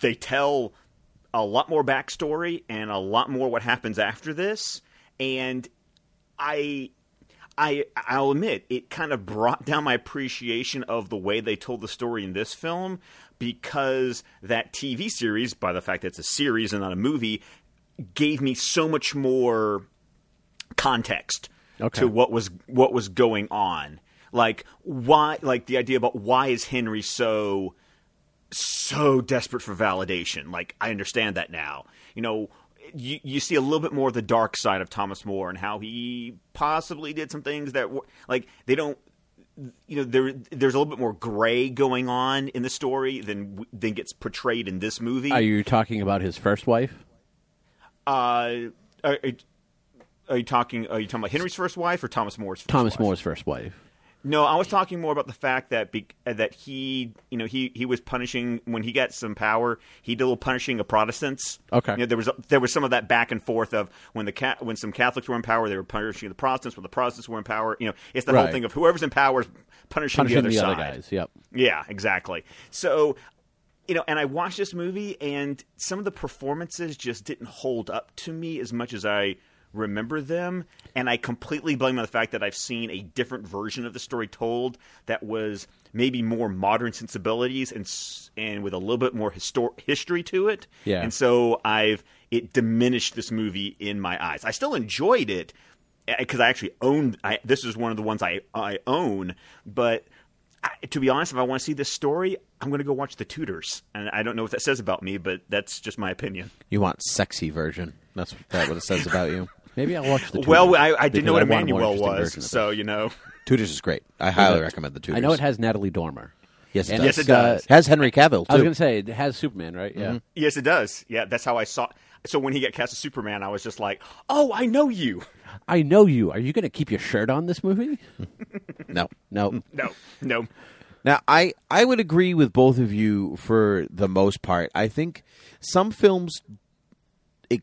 Speaker 4: they tell a lot more backstory and a lot more what happens after this and i i i'll admit it kind of brought down my appreciation of the way they told the story in this film because that tv series by the fact that it's a series and not a movie gave me so much more context
Speaker 3: Okay.
Speaker 4: to what was what was going on Like why? Like the idea about why is Henry so so desperate for validation? Like I understand that now. You know, you you see a little bit more of the dark side of Thomas More and how he possibly did some things that were like they don't you know there there's a little bit more gray going on in the story than than gets portrayed in this movie.
Speaker 3: Are you talking about his first wife?
Speaker 4: uh, are, are you talking? Are you talking about Henry's first wife or Thomas More's? First
Speaker 3: Thomas
Speaker 4: wife?
Speaker 3: More's first wife.
Speaker 4: No, I was talking more about the fact that be, that he, you know, he, he was punishing when he got some power. He did a little punishing of Protestants.
Speaker 3: Okay.
Speaker 4: You know, there was there was some of that back and forth of when the cat when some Catholics were in power, they were punishing the Protestants. When the Protestants were in power, you know, it's the
Speaker 3: Right.
Speaker 4: whole thing of whoever's in power is punishing,
Speaker 3: Punishing the,
Speaker 4: side.
Speaker 3: other guys. Yep.
Speaker 4: Yeah, exactly. So, you know, and I watched this movie, and some of the performances just didn't hold up to me as much as I remember them. And I completely blame it on the fact that I've seen a different version of the story told that was maybe more modern sensibilities and s- and with a little bit more histor- history to it.
Speaker 3: Yeah.
Speaker 4: And so I've it diminished this movie in my eyes. I still enjoyed it because I actually owned. I, this is one of the ones I I own, but I, to be honest, if I want to see this story, I'm going to go watch The Tudors, and I don't know what that says about me, but that's just my opinion.
Speaker 2: You want sexy version. That's that what it says about you.
Speaker 3: Maybe I'll watch the.
Speaker 4: well,
Speaker 3: Tudors,
Speaker 4: I, I didn't know what
Speaker 3: because I want a more
Speaker 4: Emmanuel
Speaker 3: interesting version
Speaker 4: was,
Speaker 3: of it.
Speaker 4: so you know.
Speaker 2: Tudors is great. I highly recommend the Tudors.
Speaker 3: I know it has Natalie Dormer.
Speaker 2: Yes, it
Speaker 3: And
Speaker 2: does.
Speaker 4: Yes,
Speaker 3: it's
Speaker 4: it does.
Speaker 3: got-
Speaker 2: Has Henry Cavill
Speaker 3: I was
Speaker 2: too.
Speaker 3: going to say it has Superman, right? Yeah.
Speaker 4: Yes, it does. Yeah, that's how I saw. So when he got cast as Superman, I was just like, "Oh, I know you."
Speaker 3: I know you. Are you going to keep your shirt on this movie?
Speaker 2: No.
Speaker 3: No.
Speaker 4: No, no.
Speaker 2: Now, I, I would agree with both of you for the most part. I think some films it,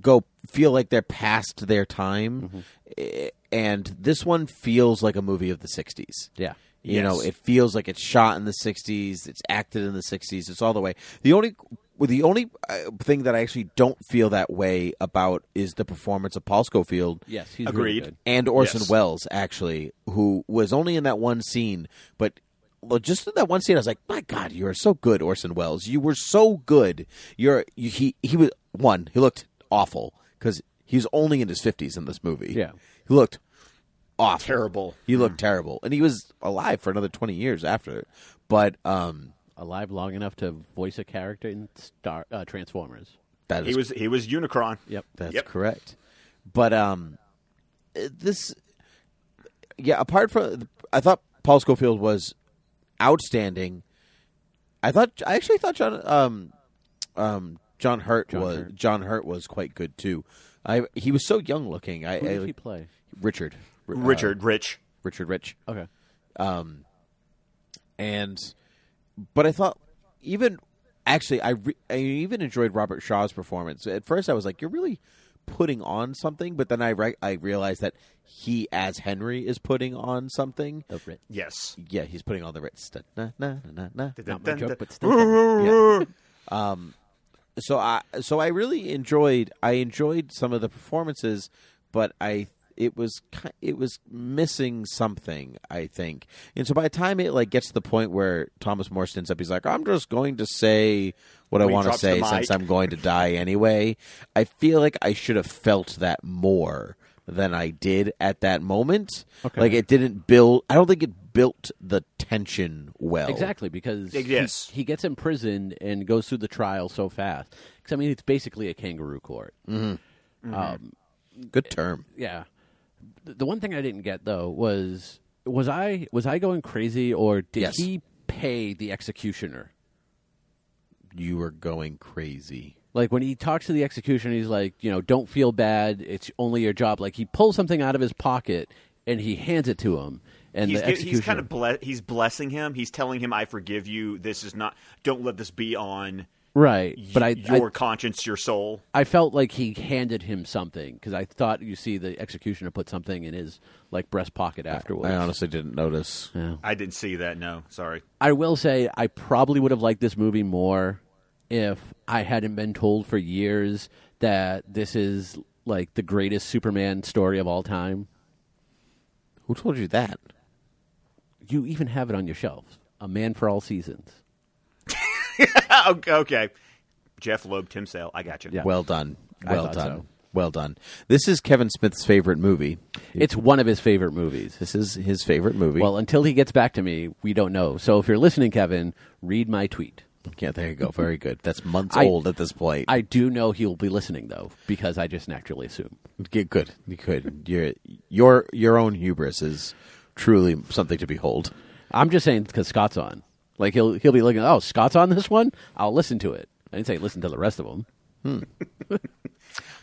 Speaker 2: go feel like they're past their time, eh, and this one feels like a movie of the '60s.
Speaker 3: Yeah.
Speaker 2: you know,
Speaker 4: Yes.
Speaker 2: it feels like it's shot in the '60s, it's acted in the '60s, it's all the way. The only well, the only uh, thing that I actually don't feel that way about is the performance of Paul Scofield
Speaker 3: Yes, he's
Speaker 4: Agreed.
Speaker 3: Really good.
Speaker 2: and Orson
Speaker 4: Yes.
Speaker 2: Welles actually, who was only in that one scene, but well, just in that one scene, I was like, "My God, you are so good, Orson Welles. You were so good. You're you, he he was one. He looked awful because he was only in his fifties in this movie.
Speaker 3: Yeah.
Speaker 2: he looked awful,
Speaker 4: Terrible.
Speaker 2: He looked terrible, and he was alive for another twenty years after. But um,
Speaker 3: Alive long enough to voice a character in Star uh, Transformers.
Speaker 2: that
Speaker 4: He
Speaker 2: is
Speaker 4: was he was Unicron.
Speaker 3: Yep.
Speaker 2: That's
Speaker 4: Yep.
Speaker 2: correct. But um, uh, this, yeah. Apart from, I thought Paul Schofield was outstanding. I thought I actually thought John um, um, John Hurt was
Speaker 3: Hurt.
Speaker 2: John Hurt was quite good too. I he was so young looking. I,
Speaker 3: Who
Speaker 2: I
Speaker 3: did he play?
Speaker 2: Richard R- uh,
Speaker 4: Richard Rich.
Speaker 2: Richard Rich
Speaker 3: Okay.
Speaker 2: and but I thought even actually I re- I even enjoyed Robert Shaw's performance. At first I was like you're really putting on something, but then I re- I realized that he as Henry is putting on something.
Speaker 3: The Rit.
Speaker 4: Yes.
Speaker 2: Yeah, he's putting on the Ritz. Da- na- na- na- na- na.
Speaker 3: Not my joke, but still.
Speaker 2: Yeah. So I so I really enjoyed I enjoyed some of the performances, but I it was ki- it was missing something I think, and so by the time it like gets to the point where Thomas More stands up, he's like, "I'm just going to say what I
Speaker 4: When he
Speaker 2: want to
Speaker 4: drops
Speaker 2: say
Speaker 4: the mic.
Speaker 2: since I'm going to die anyway." I feel like I should have felt that more than I did at that moment.
Speaker 3: Okay.
Speaker 2: Like it didn't build. I don't think it built the tension well.
Speaker 3: Exactly, because he-
Speaker 4: Yes.
Speaker 3: he, gets imprisoned and goes through the trial so fast. 'Cause, I mean, it's basically a kangaroo court.
Speaker 2: Good term.
Speaker 3: Yeah. The, the one thing I didn't get though was was I was I going crazy or did
Speaker 2: Yes.
Speaker 3: he pay the executioner?
Speaker 2: You were going crazy.
Speaker 3: Like when he talks to the executioner, he's like, you know, don't feel bad. It's only your job. Like he pulls something out of his pocket and he hands it to him, and
Speaker 4: He's,
Speaker 3: the
Speaker 4: gi-
Speaker 3: executioner.
Speaker 4: he's kind of ble- he's blessing him. He's telling him, "I forgive you. This is not. Don't let this be on
Speaker 3: right, but I,
Speaker 4: y-
Speaker 3: I
Speaker 4: your conscience, your soul."
Speaker 3: I felt like he handed him something because I thought you see the executioner put something in his like breast pocket afterwards.
Speaker 2: I honestly didn't notice.
Speaker 4: I didn't see that. No, sorry.
Speaker 3: I will say I probably would have liked this movie more if I hadn't been told for years that this is like the greatest Superman story of all time.
Speaker 2: Who told you that?
Speaker 3: You even have it on your shelf, A Man for All Seasons.
Speaker 4: Oh, okay, okay. Jeff Loeb, Tim Sale. I got you.
Speaker 3: Yeah.
Speaker 2: Well done.
Speaker 3: I
Speaker 2: Well
Speaker 3: thought
Speaker 2: done.
Speaker 3: so.
Speaker 2: Well done. This is Kevin Smith's favorite movie.
Speaker 3: It's one of his favorite movies.
Speaker 2: This is his favorite movie.
Speaker 3: Well, until he gets back to me, we don't know. So if you're listening, Kevin, read my tweet.
Speaker 2: yeah, there you go. Very good. That's months
Speaker 3: I-
Speaker 2: old at this point.
Speaker 3: I do know he'll be listening though, because I just naturally assume.
Speaker 2: G- good. You could. Your your your own hubris is truly something to behold.
Speaker 3: I'm just saying because Scott's on. Like he'll he'll be looking. Oh, Scott's on this one. I'll listen to it. I didn't say listen to the rest of them.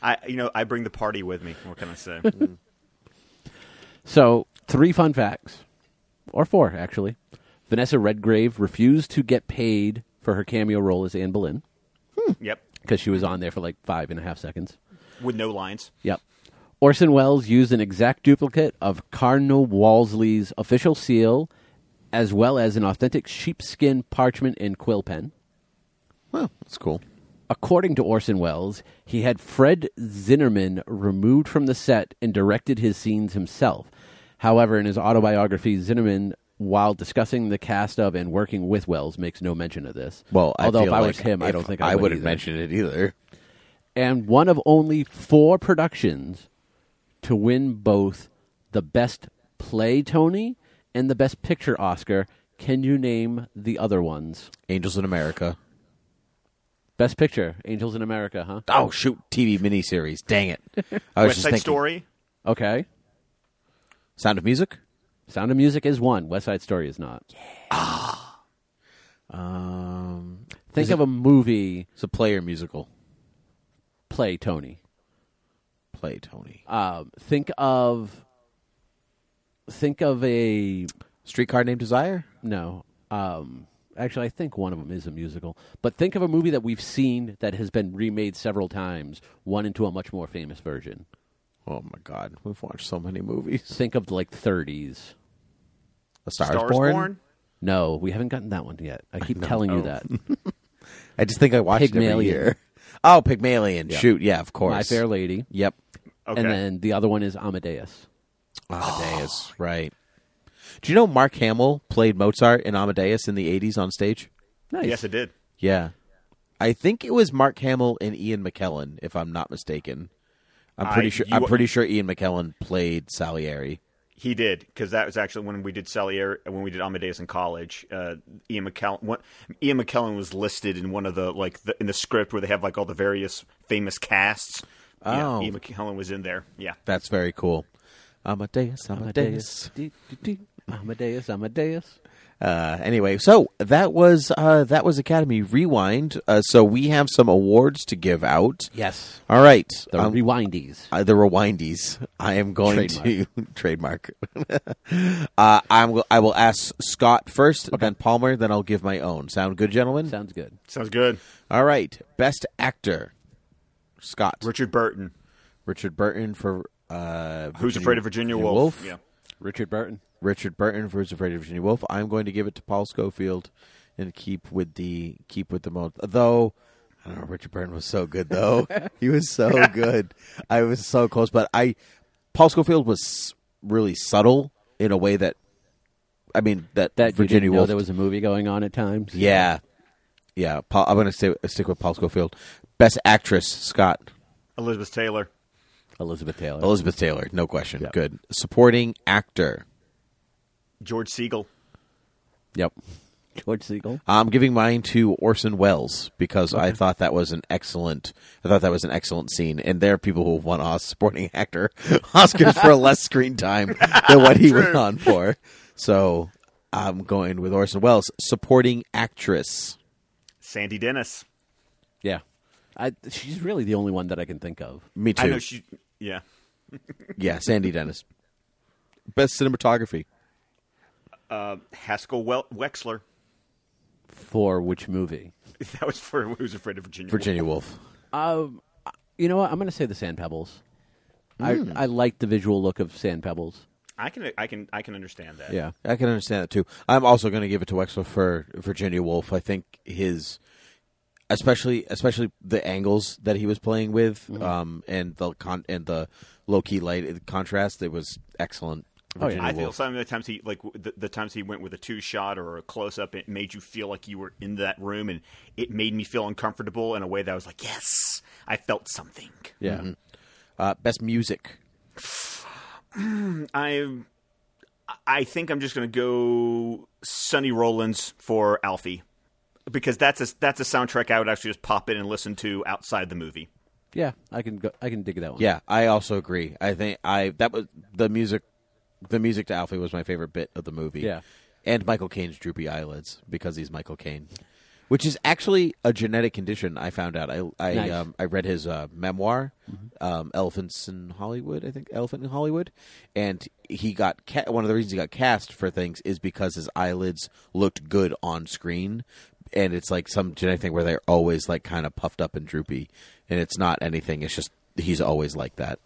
Speaker 4: I, you know, I bring the party with me. What can I say? Mm.
Speaker 3: So three fun facts, or four actually. Vanessa Redgrave refused to get paid for her cameo role as Anne Boleyn
Speaker 4: yep,
Speaker 3: because she was on there for like five and a half seconds.
Speaker 4: with no lines.
Speaker 3: Yep. Orson Welles used an exact duplicate of Cardinal Wolsey's official seal, as well as an authentic sheepskin parchment and quill pen.
Speaker 2: Well, that's cool.
Speaker 3: According to Orson Welles, he had Fred Zinnerman removed from the set and directed his scenes himself. However, in his autobiography, Zinnerman, while discussing the cast of and working with Welles, makes no mention of this.
Speaker 2: Well, I
Speaker 3: although
Speaker 2: feel
Speaker 3: if I
Speaker 2: like
Speaker 3: was him, I
Speaker 2: if
Speaker 3: don't think I, would
Speaker 2: wouldn't
Speaker 3: either.
Speaker 2: mention it either.
Speaker 3: and one of only four productions to win both the Best Play Tony and the Best Picture Oscar. Can you name the other ones?
Speaker 2: Angels in America.
Speaker 3: Best Picture, Angels in America, huh?
Speaker 2: Oh shoot! TV miniseries. Dang it! I was
Speaker 4: West
Speaker 2: just
Speaker 4: Side
Speaker 2: thinking.
Speaker 4: Story.
Speaker 3: Okay.
Speaker 2: Sound of Music.
Speaker 3: Sound of Music is one. West Side Story is not.
Speaker 2: Um,
Speaker 3: Think of a movie
Speaker 2: it's a player musical.
Speaker 3: play Tony.
Speaker 2: Play Tony.
Speaker 3: Um, think of think of a
Speaker 2: Streetcar Named Desire.
Speaker 3: no. Um, actually, I think one of them is a musical. But think of a movie that we've seen that has been remade several times, one into a much more famous version.
Speaker 2: Oh my God! We've watched so many movies.
Speaker 3: Think of like 30s.
Speaker 2: A Star,
Speaker 4: Stars
Speaker 2: is Born.
Speaker 4: Born?
Speaker 3: No, we haven't gotten that one yet. I keep telling you that.
Speaker 2: I just think I watched it
Speaker 3: Pygmalion.
Speaker 2: every year. Oh, Pygmalion! Shoot, yeah, of course.
Speaker 3: My Fair Lady.
Speaker 2: Yep.
Speaker 4: Okay.
Speaker 3: And then the other one is Amadeus. Oh.
Speaker 2: Amadeus, right. Do you know Mark Hamill played Mozart in Amadeus in the 80s on stage?
Speaker 3: Nice.
Speaker 4: yes, it did.
Speaker 2: Yeah. I think it was Mark Hamill and Ian McKellen, if I'm not mistaken. I'm
Speaker 4: I-
Speaker 2: pretty sure I'm
Speaker 4: you-
Speaker 2: pretty sure Ian McKellen played Salieri.
Speaker 4: He did because that was actually when we did Salieri, when we did Amadeus in college. Uh, Ian McKellen, one, Ian McKellen was listed in one of the like the, in the script where they have like all the various famous casts.
Speaker 2: Oh.
Speaker 4: Yeah, Ian McKellen was in there. Yeah,
Speaker 2: That's very cool. Amadeus, Amadeus.
Speaker 3: Dee, dee, dee. Amadeus, Amadeus.
Speaker 2: Uh, anyway, so that was uh, that was Academy Rewind. Uh, so we have some awards to give out.
Speaker 3: Yes.
Speaker 2: All right.
Speaker 3: The
Speaker 2: Um,
Speaker 3: Rewindies.
Speaker 2: uh, the rewindies. I am going to trademark. uh, I will. I will ask Scott first, then Palmer, then I'll give my own. Sound good, gentlemen?
Speaker 3: Sounds good.
Speaker 4: sounds good.
Speaker 2: All right. Best actor, Scott
Speaker 4: Richard Burton,
Speaker 2: Richard Burton for uh,
Speaker 4: Who's
Speaker 2: Virginia-
Speaker 4: Afraid of Virginia,
Speaker 2: Virginia
Speaker 4: Woolf?
Speaker 2: Woolf.
Speaker 4: Yeah,
Speaker 3: Richard Burton.
Speaker 2: Richard Burton for Who's Afraid of Virginia Woolf. I'm going to give it to Paul Schofield and keep with the keep with the most. Though I don't know, Richard Burton was so good though. he was so good. I was so close, but I Paul Schofield was really subtle in a way that I mean that
Speaker 3: That Virginia
Speaker 2: Virginia
Speaker 3: you didn't know
Speaker 2: Woolf.
Speaker 3: there was a movie going on at times.
Speaker 2: yeah, yeah. Paul, I'm going to stay, stick with Paul Schofield. Best actress Scott
Speaker 4: Elizabeth Taylor,
Speaker 3: Elizabeth Taylor.
Speaker 2: Elizabeth Taylor, no question. Good supporting actor.
Speaker 4: George Siegel.
Speaker 3: yep. George Siegel.
Speaker 2: I'm giving mine to Orson Welles because I thought that was an excellent. I thought that was an excellent scene, and there are people who won Os- supporting actor Oscars for less screen time than what he went on for. So I'm going with Orson Welles, supporting actress.
Speaker 4: Sandy Dennis.
Speaker 3: Yeah. I, she's really the only one that I can think of.
Speaker 2: Me too.
Speaker 4: I know she. Yeah,
Speaker 2: yeah, Sandy Dennis. Best cinematography.
Speaker 4: Uh, Haskell Wel- Wexler.
Speaker 3: For which movie?
Speaker 4: That was for Who's Afraid of Virginia. Woolf.
Speaker 2: Virginia Woolf.
Speaker 3: Um, you know what? I'm going to say the Sand Pebbles.
Speaker 2: Hmm.
Speaker 3: I, I like the visual look of Sand Pebbles.
Speaker 4: I can I can I can understand that.
Speaker 3: Yeah.
Speaker 2: I can understand that too. I'm also going to give it to Wexler for Virginia Woolf. I think his, especially especially the angles that he was playing with,
Speaker 3: Mm-hmm.
Speaker 2: um, and the con- and the low key light uh, contrast, it was excellent.
Speaker 3: Oh, yeah.
Speaker 2: Virginia
Speaker 4: I feel
Speaker 2: Woolf.
Speaker 4: some of the times he like w- the, the times he went with a two shot or a close up, it made you feel like you were in that room, and it made me feel uncomfortable in a way that I was like, yes, I felt something.
Speaker 3: Yeah.
Speaker 2: Uh, best music.
Speaker 4: I I think I'm just going to go Sonny Rollins for Alfie because that's a that's a soundtrack I would actually just pop in and listen to outside the movie.
Speaker 3: Yeah, I can go. I can dig that one.
Speaker 2: Yeah, I also agree. I think I that was the music. The music to Alfie was my favorite bit of the movie.
Speaker 3: Yeah.
Speaker 2: and Michael Caine's droopy eyelids because he's Michael Caine, which is actually a genetic condition. I found out. I I
Speaker 3: Nice.
Speaker 2: um, I read his uh, memoir, um, Elephants in Hollywood. I think Elephant in Hollywood, and he got ca- one of the reasons he got cast for things is because his eyelids looked good on screen. And it's like some genetic thing where they're always like kind of puffed up and droopy, and it's not anything. It's just he's always like that.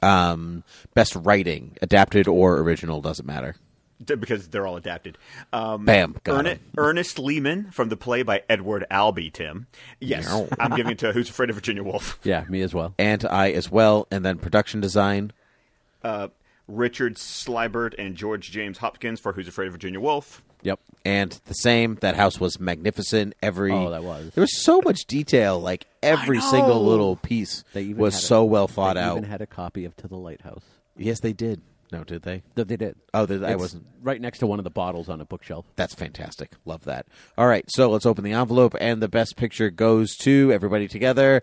Speaker 2: Um, best writing, adapted or original, doesn't matter.
Speaker 4: D- Because they're all adapted. Um,
Speaker 2: Bam, got
Speaker 4: Erne-
Speaker 2: him.
Speaker 4: Ernest Lehman from the play by Edward Albee. Tim, yes,
Speaker 2: No.
Speaker 4: I'm giving it to Who's Afraid of Virginia Woolf.
Speaker 3: yeah, me as well.
Speaker 2: and I as well, and then production design.
Speaker 4: Richard Slybert and George James Hopkins for Who's Afraid of Virginia Woolf.
Speaker 3: Yep.
Speaker 2: And the same, that house was magnificent. Every
Speaker 3: Oh, that was.
Speaker 2: there was so much detail, like every single little piece
Speaker 3: They even
Speaker 2: was
Speaker 3: had a-
Speaker 2: so well thought
Speaker 3: they
Speaker 2: out.
Speaker 3: Even had a copy of To the Lighthouse.
Speaker 2: yes, they did. No, did they?
Speaker 3: No, they did.
Speaker 2: Oh, they- I
Speaker 3: It's
Speaker 2: wasn't-
Speaker 3: right next to one of the bottles on a bookshelf.
Speaker 2: That's fantastic. Love that. All right, so let's open the envelope, and the best picture goes to everybody together.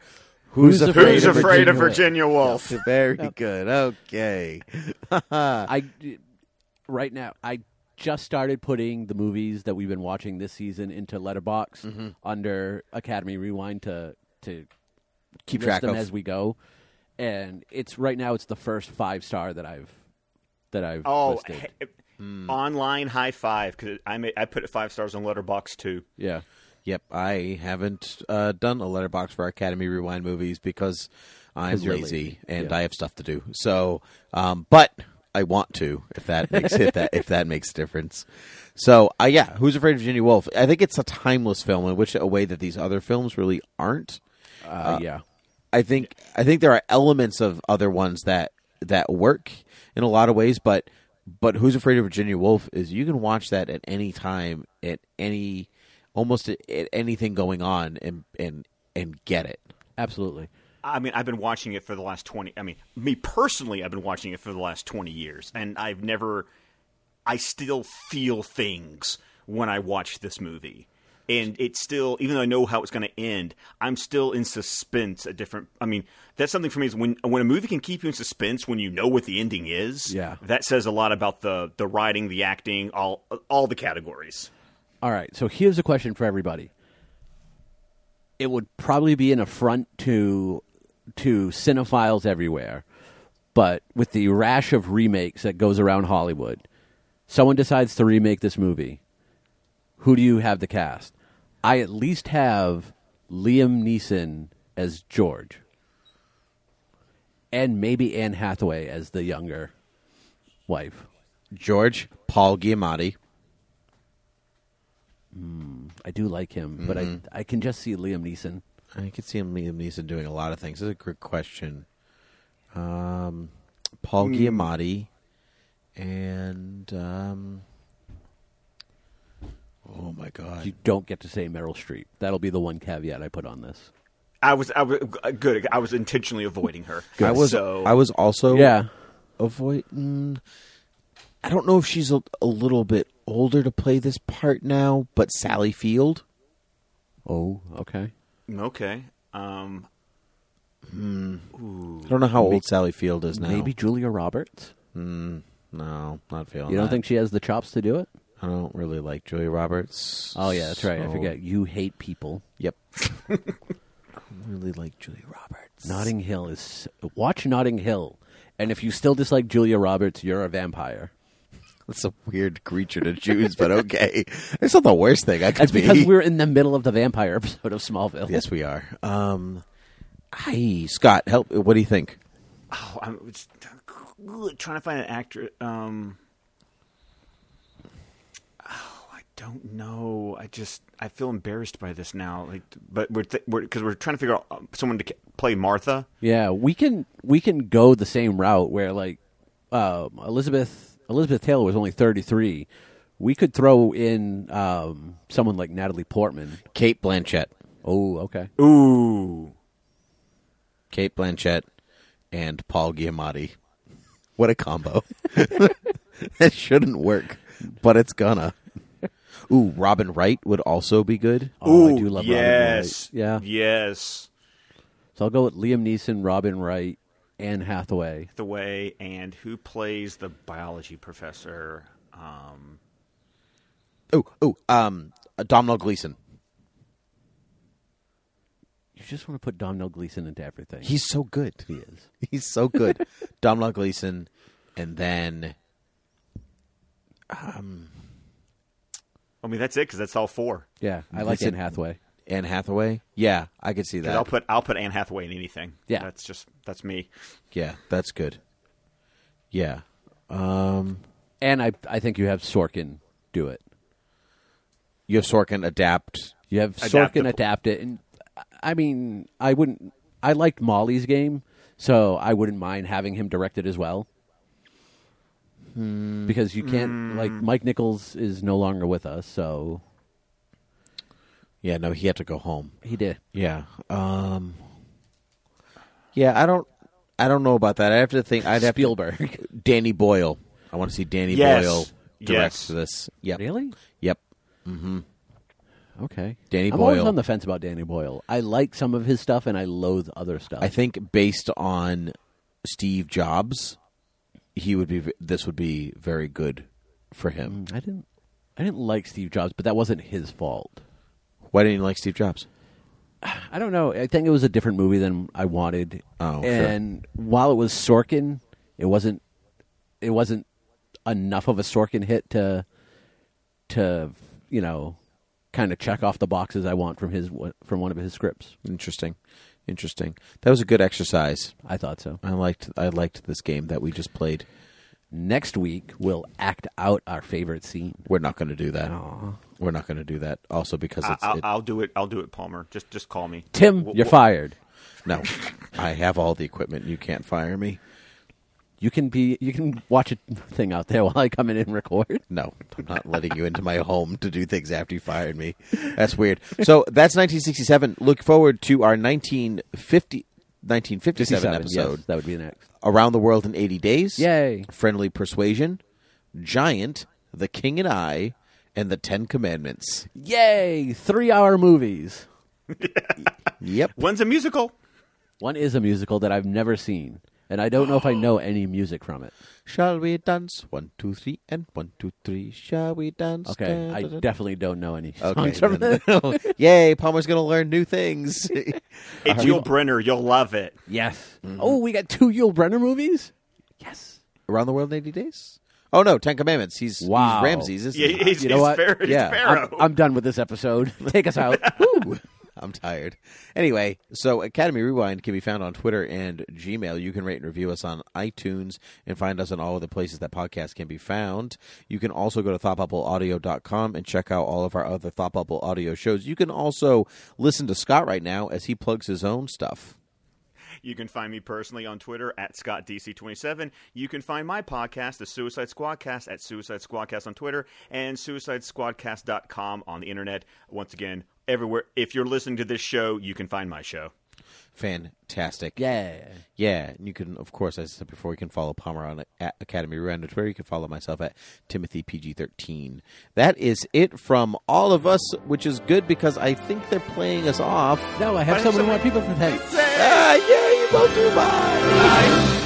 Speaker 2: Who's,
Speaker 3: Who's
Speaker 2: afraid,
Speaker 4: Who's
Speaker 2: of
Speaker 4: Afraid of
Speaker 2: Virginia?
Speaker 4: Virginia Woolf?
Speaker 2: Woolf? Very good. Okay. Uh.
Speaker 3: I right now I just started putting the movies that we've been watching this season into Letterbox
Speaker 2: Mm-hmm.
Speaker 3: under Academy Rewind to to
Speaker 2: Keep
Speaker 3: list
Speaker 2: track
Speaker 3: them
Speaker 2: of.
Speaker 3: as we go, and it's right now it's the first five star that I've that I've
Speaker 4: Oh,
Speaker 3: listed.
Speaker 4: he- online high five because I made, I put it five stars on Letterbox too.
Speaker 3: yeah.
Speaker 2: Yep, I haven't uh, done a letterbox for Academy Rewind movies because I'm
Speaker 3: 'Cause you're
Speaker 2: lazy,
Speaker 3: lazy.
Speaker 2: and
Speaker 3: Yeah.
Speaker 2: I have stuff to do. So, um, but I want to if that makes if that if that makes a difference. So, uh, yeah, Who's Afraid of Virginia Woolf? I think it's a timeless film in which a way that these other films really aren't.
Speaker 3: Uh, yeah.
Speaker 2: I think I think there are elements of other ones that that work in a lot of ways, but but Who's Afraid of Virginia Woolf is you can watch that at any time at any almost at, at anything going on and and and get it.
Speaker 3: Absolutely.
Speaker 4: I mean, I've been watching it for the last 20. I mean, me personally, I've been watching it for the last 20 years, and I've never. I still feel things when I watch this movie. And it's still, even though I know how it's going to end, I'm still in suspense. At different, I mean, that's something for me is when when a movie can keep you in suspense when you know what the ending is.
Speaker 3: Yeah.
Speaker 4: that says a lot about the the writing, the acting, all all the categories.
Speaker 3: All right. So here's a question for everybody. It would probably be an affront to to cinephiles everywhere, but with the rash of remakes that goes around Hollywood, someone decides to remake this movie. Who do you have to cast? I at least have Liam Neeson as George, and maybe Anne Hathaway as the younger wife.
Speaker 2: George Paul Giamatti.
Speaker 3: I do like him, but I I can just see Liam Neeson.
Speaker 2: I could see him Liam Neeson doing a lot of things. This is a good question. Um, Paul Giamatti and um, oh my god,
Speaker 3: you don't get to say Meryl Streep. That'll be the one caveat I put on this.
Speaker 4: I was I was uh, good. I was intentionally avoiding her.
Speaker 2: I was
Speaker 4: So,
Speaker 2: I was also
Speaker 3: Yeah.
Speaker 2: avoid. Mm, I don't know if she's a, a little bit older to play this part now, but Sally Field.
Speaker 3: Oh, okay.
Speaker 4: okay. Um,
Speaker 2: I don't know how old Sally Field is now.
Speaker 3: Maybe Julia Roberts.
Speaker 2: no, not feeling.
Speaker 3: You don't
Speaker 2: that.
Speaker 3: think she has the chops to do it?
Speaker 2: I don't really like Julia Roberts.
Speaker 3: Oh yeah, that's right. I
Speaker 2: so-
Speaker 3: forget. You hate people.
Speaker 2: Yep. I don't really like Julia Roberts.
Speaker 3: Notting Hill is watch Notting Hill, and if you still dislike Julia Roberts, you're a vampire.
Speaker 2: That's a weird creature to choose, but okay. It's not the worst thing I could
Speaker 3: That's
Speaker 2: be.
Speaker 3: because we're in the middle of the vampire episode of Smallville.
Speaker 2: yes, we are. Um, hi, Scott. Help. What do you think?
Speaker 4: Oh, I'm it's- trying to find an actor. Um, oh, I don't know. I just I feel embarrassed by this now. Like, but we're because we're, 'cause we're trying to figure out um, someone to ca- play Martha.
Speaker 3: Yeah, we can we can go the same route where like um, Elizabeth Elizabeth Taylor was only thirty three. We could throw in um, someone like Natalie Portman.
Speaker 2: Kate Blanchett.
Speaker 3: Oh, okay.
Speaker 4: Ooh,
Speaker 2: Kate Blanchett, and Paul Giamatti. What a combo. that shouldn't work, but it's gonna. Ooh, Robin Wright would also be good.
Speaker 3: Oh, I
Speaker 4: Ooh,
Speaker 3: do love Robin
Speaker 4: yes,
Speaker 3: Wright. Yeah.
Speaker 4: yes.
Speaker 3: So I'll go with Liam Neeson, Robin Wright, Anne Hathaway.
Speaker 4: The way and who plays the biology professor? Um,
Speaker 2: Oh, oh, um, Domhnall Gleeson.
Speaker 3: You just want to put Domhnall Gleeson into everything.
Speaker 2: He's so good.
Speaker 3: he is.
Speaker 2: He's so good. Domhnall Gleeson, and then
Speaker 4: I mean, that's it because that's all four.
Speaker 3: Yeah, I like
Speaker 2: Listen-
Speaker 3: Anne Hathaway.
Speaker 2: Anne Hathaway. Yeah, I could see
Speaker 4: 'Cause
Speaker 2: that.
Speaker 4: I'll put I'll put Anne Hathaway in anything.
Speaker 3: Yeah.
Speaker 4: that's just that's me.
Speaker 2: yeah, that's good. Yeah. Um,
Speaker 3: And I, I think you have Sorkin do it.
Speaker 2: you have Sorkin adapt.
Speaker 3: You have
Speaker 4: Adaptable.
Speaker 3: Sorkin adapt it, and I mean, I wouldn't. I liked Molly's game, so I wouldn't mind having him direct it as well. Because you can't like Mike Nichols is no longer with us, so
Speaker 2: Yeah, no, he had to go home.
Speaker 3: he did.
Speaker 2: Yeah. Um, yeah, I don't. I don't know about that. I have to think. I'd have to-
Speaker 3: Spielberg.
Speaker 2: Danny Boyle. I want to see Danny
Speaker 4: Yes.
Speaker 2: Boyle direct
Speaker 4: Yes.
Speaker 2: this. Yep.
Speaker 3: Really?
Speaker 2: Yep.
Speaker 3: Okay.
Speaker 2: Danny
Speaker 3: I'm always
Speaker 2: Boyle.
Speaker 3: on the fence about Danny Boyle. I like some of his stuff, and I loathe other stuff.
Speaker 2: I think based on Steve Jobs, he would be. This would be very good for him.
Speaker 4: Mm.
Speaker 3: I didn't. I didn't like Steve Jobs, but that wasn't his fault.
Speaker 2: Why didn't you like Steve Jobs?
Speaker 3: I don't know. I think it was a different movie than I wanted.
Speaker 2: Oh, sure.
Speaker 3: and while it was Sorkin, it wasn't. It wasn't enough of a Sorkin hit to, to you know, kind of check off the boxes I want from his from one of his scripts.
Speaker 2: Interesting. Interesting. That was a good exercise.
Speaker 3: I thought so.
Speaker 2: I liked. I liked this game that we just played.
Speaker 3: Next week we'll act out our favorite scene.
Speaker 2: We're not going to do that. We're not going to do that. Also because
Speaker 4: I,
Speaker 2: it's
Speaker 4: I'll,
Speaker 2: it-
Speaker 4: I'll do it. I'll do it, Palmer. Just just call me.
Speaker 3: Tim,
Speaker 4: W-
Speaker 3: you're
Speaker 4: w-
Speaker 3: fired.
Speaker 2: no. I have all the equipment. You can't fire me.
Speaker 3: You can be. You can watch a thing out there while I come in and record.
Speaker 2: No, I'm not letting you into my home to do things after you fired me. That's weird. So that's 1967. Look forward to our 1950, 1957
Speaker 3: 57, yes,
Speaker 2: episode.
Speaker 3: that would be next.
Speaker 2: Around the World in 80 Days.
Speaker 3: Yay.
Speaker 2: Friendly Persuasion. Giant. The King and I. And the Ten Commandments.
Speaker 3: Yay! Three-hour movies.
Speaker 2: Yep.
Speaker 4: When's a musical?
Speaker 3: One is a musical that I've never seen, and I don't know if I know any music from it.
Speaker 2: Shall we dance? One, two, three, and one, two, three. Shall we dance?
Speaker 3: Okay, I
Speaker 2: Da-da-da.
Speaker 3: definitely don't know any
Speaker 2: Okay,
Speaker 3: songs from
Speaker 2: then. Oh,
Speaker 3: it.
Speaker 2: Yay, Palmer's going to learn new things.
Speaker 4: Hey,
Speaker 3: Uh-huh.
Speaker 4: Yul Brenner, you'll love it.
Speaker 3: Yes. Oh, we got two Yul Brenner movies. Yes.
Speaker 2: Around the World in 80 Days? Oh, no, Ten Commandments. He's,
Speaker 3: Wow.
Speaker 2: he's Ramses, isn't
Speaker 4: Yeah,
Speaker 2: he?
Speaker 4: he's,
Speaker 3: You know
Speaker 4: he's
Speaker 3: what?
Speaker 4: Pharaoh- he's
Speaker 2: Yeah,
Speaker 3: I'm,
Speaker 4: Pharaoh.
Speaker 3: I'm done with this episode. Take us out. Woo.
Speaker 2: I'm tired. Anyway, so Academy Rewind can be found on Twitter and Gmail. You can rate and review us on iTunes and find us on all of the places that podcasts can be found. You can also go to thoughtbubbleaudio.com and check out all of our other Thought Bubble Audio shows. You can also listen to Scott right now as he plugs his own stuff.
Speaker 4: You can find me personally on Twitter at ScottDC27. You can find my podcast, The Suicide Squadcast, at Suicide Squadcast on Twitter and SuicideSquadcast.com on the internet. Once again, everywhere. If you're listening to this show, you can find my show.
Speaker 2: Fantastic.
Speaker 3: yeah.
Speaker 2: Yeah, and you can, of course, as I said before, you can follow Palmer on at Academy Rewind on Twitter. You can follow myself at Timothy PG thirteen. That is it from all of us, which is good because I think they're playing us off.
Speaker 3: No, I have so many more people to thank.
Speaker 2: Ah, yeah, you both do. Bye.
Speaker 4: Bye.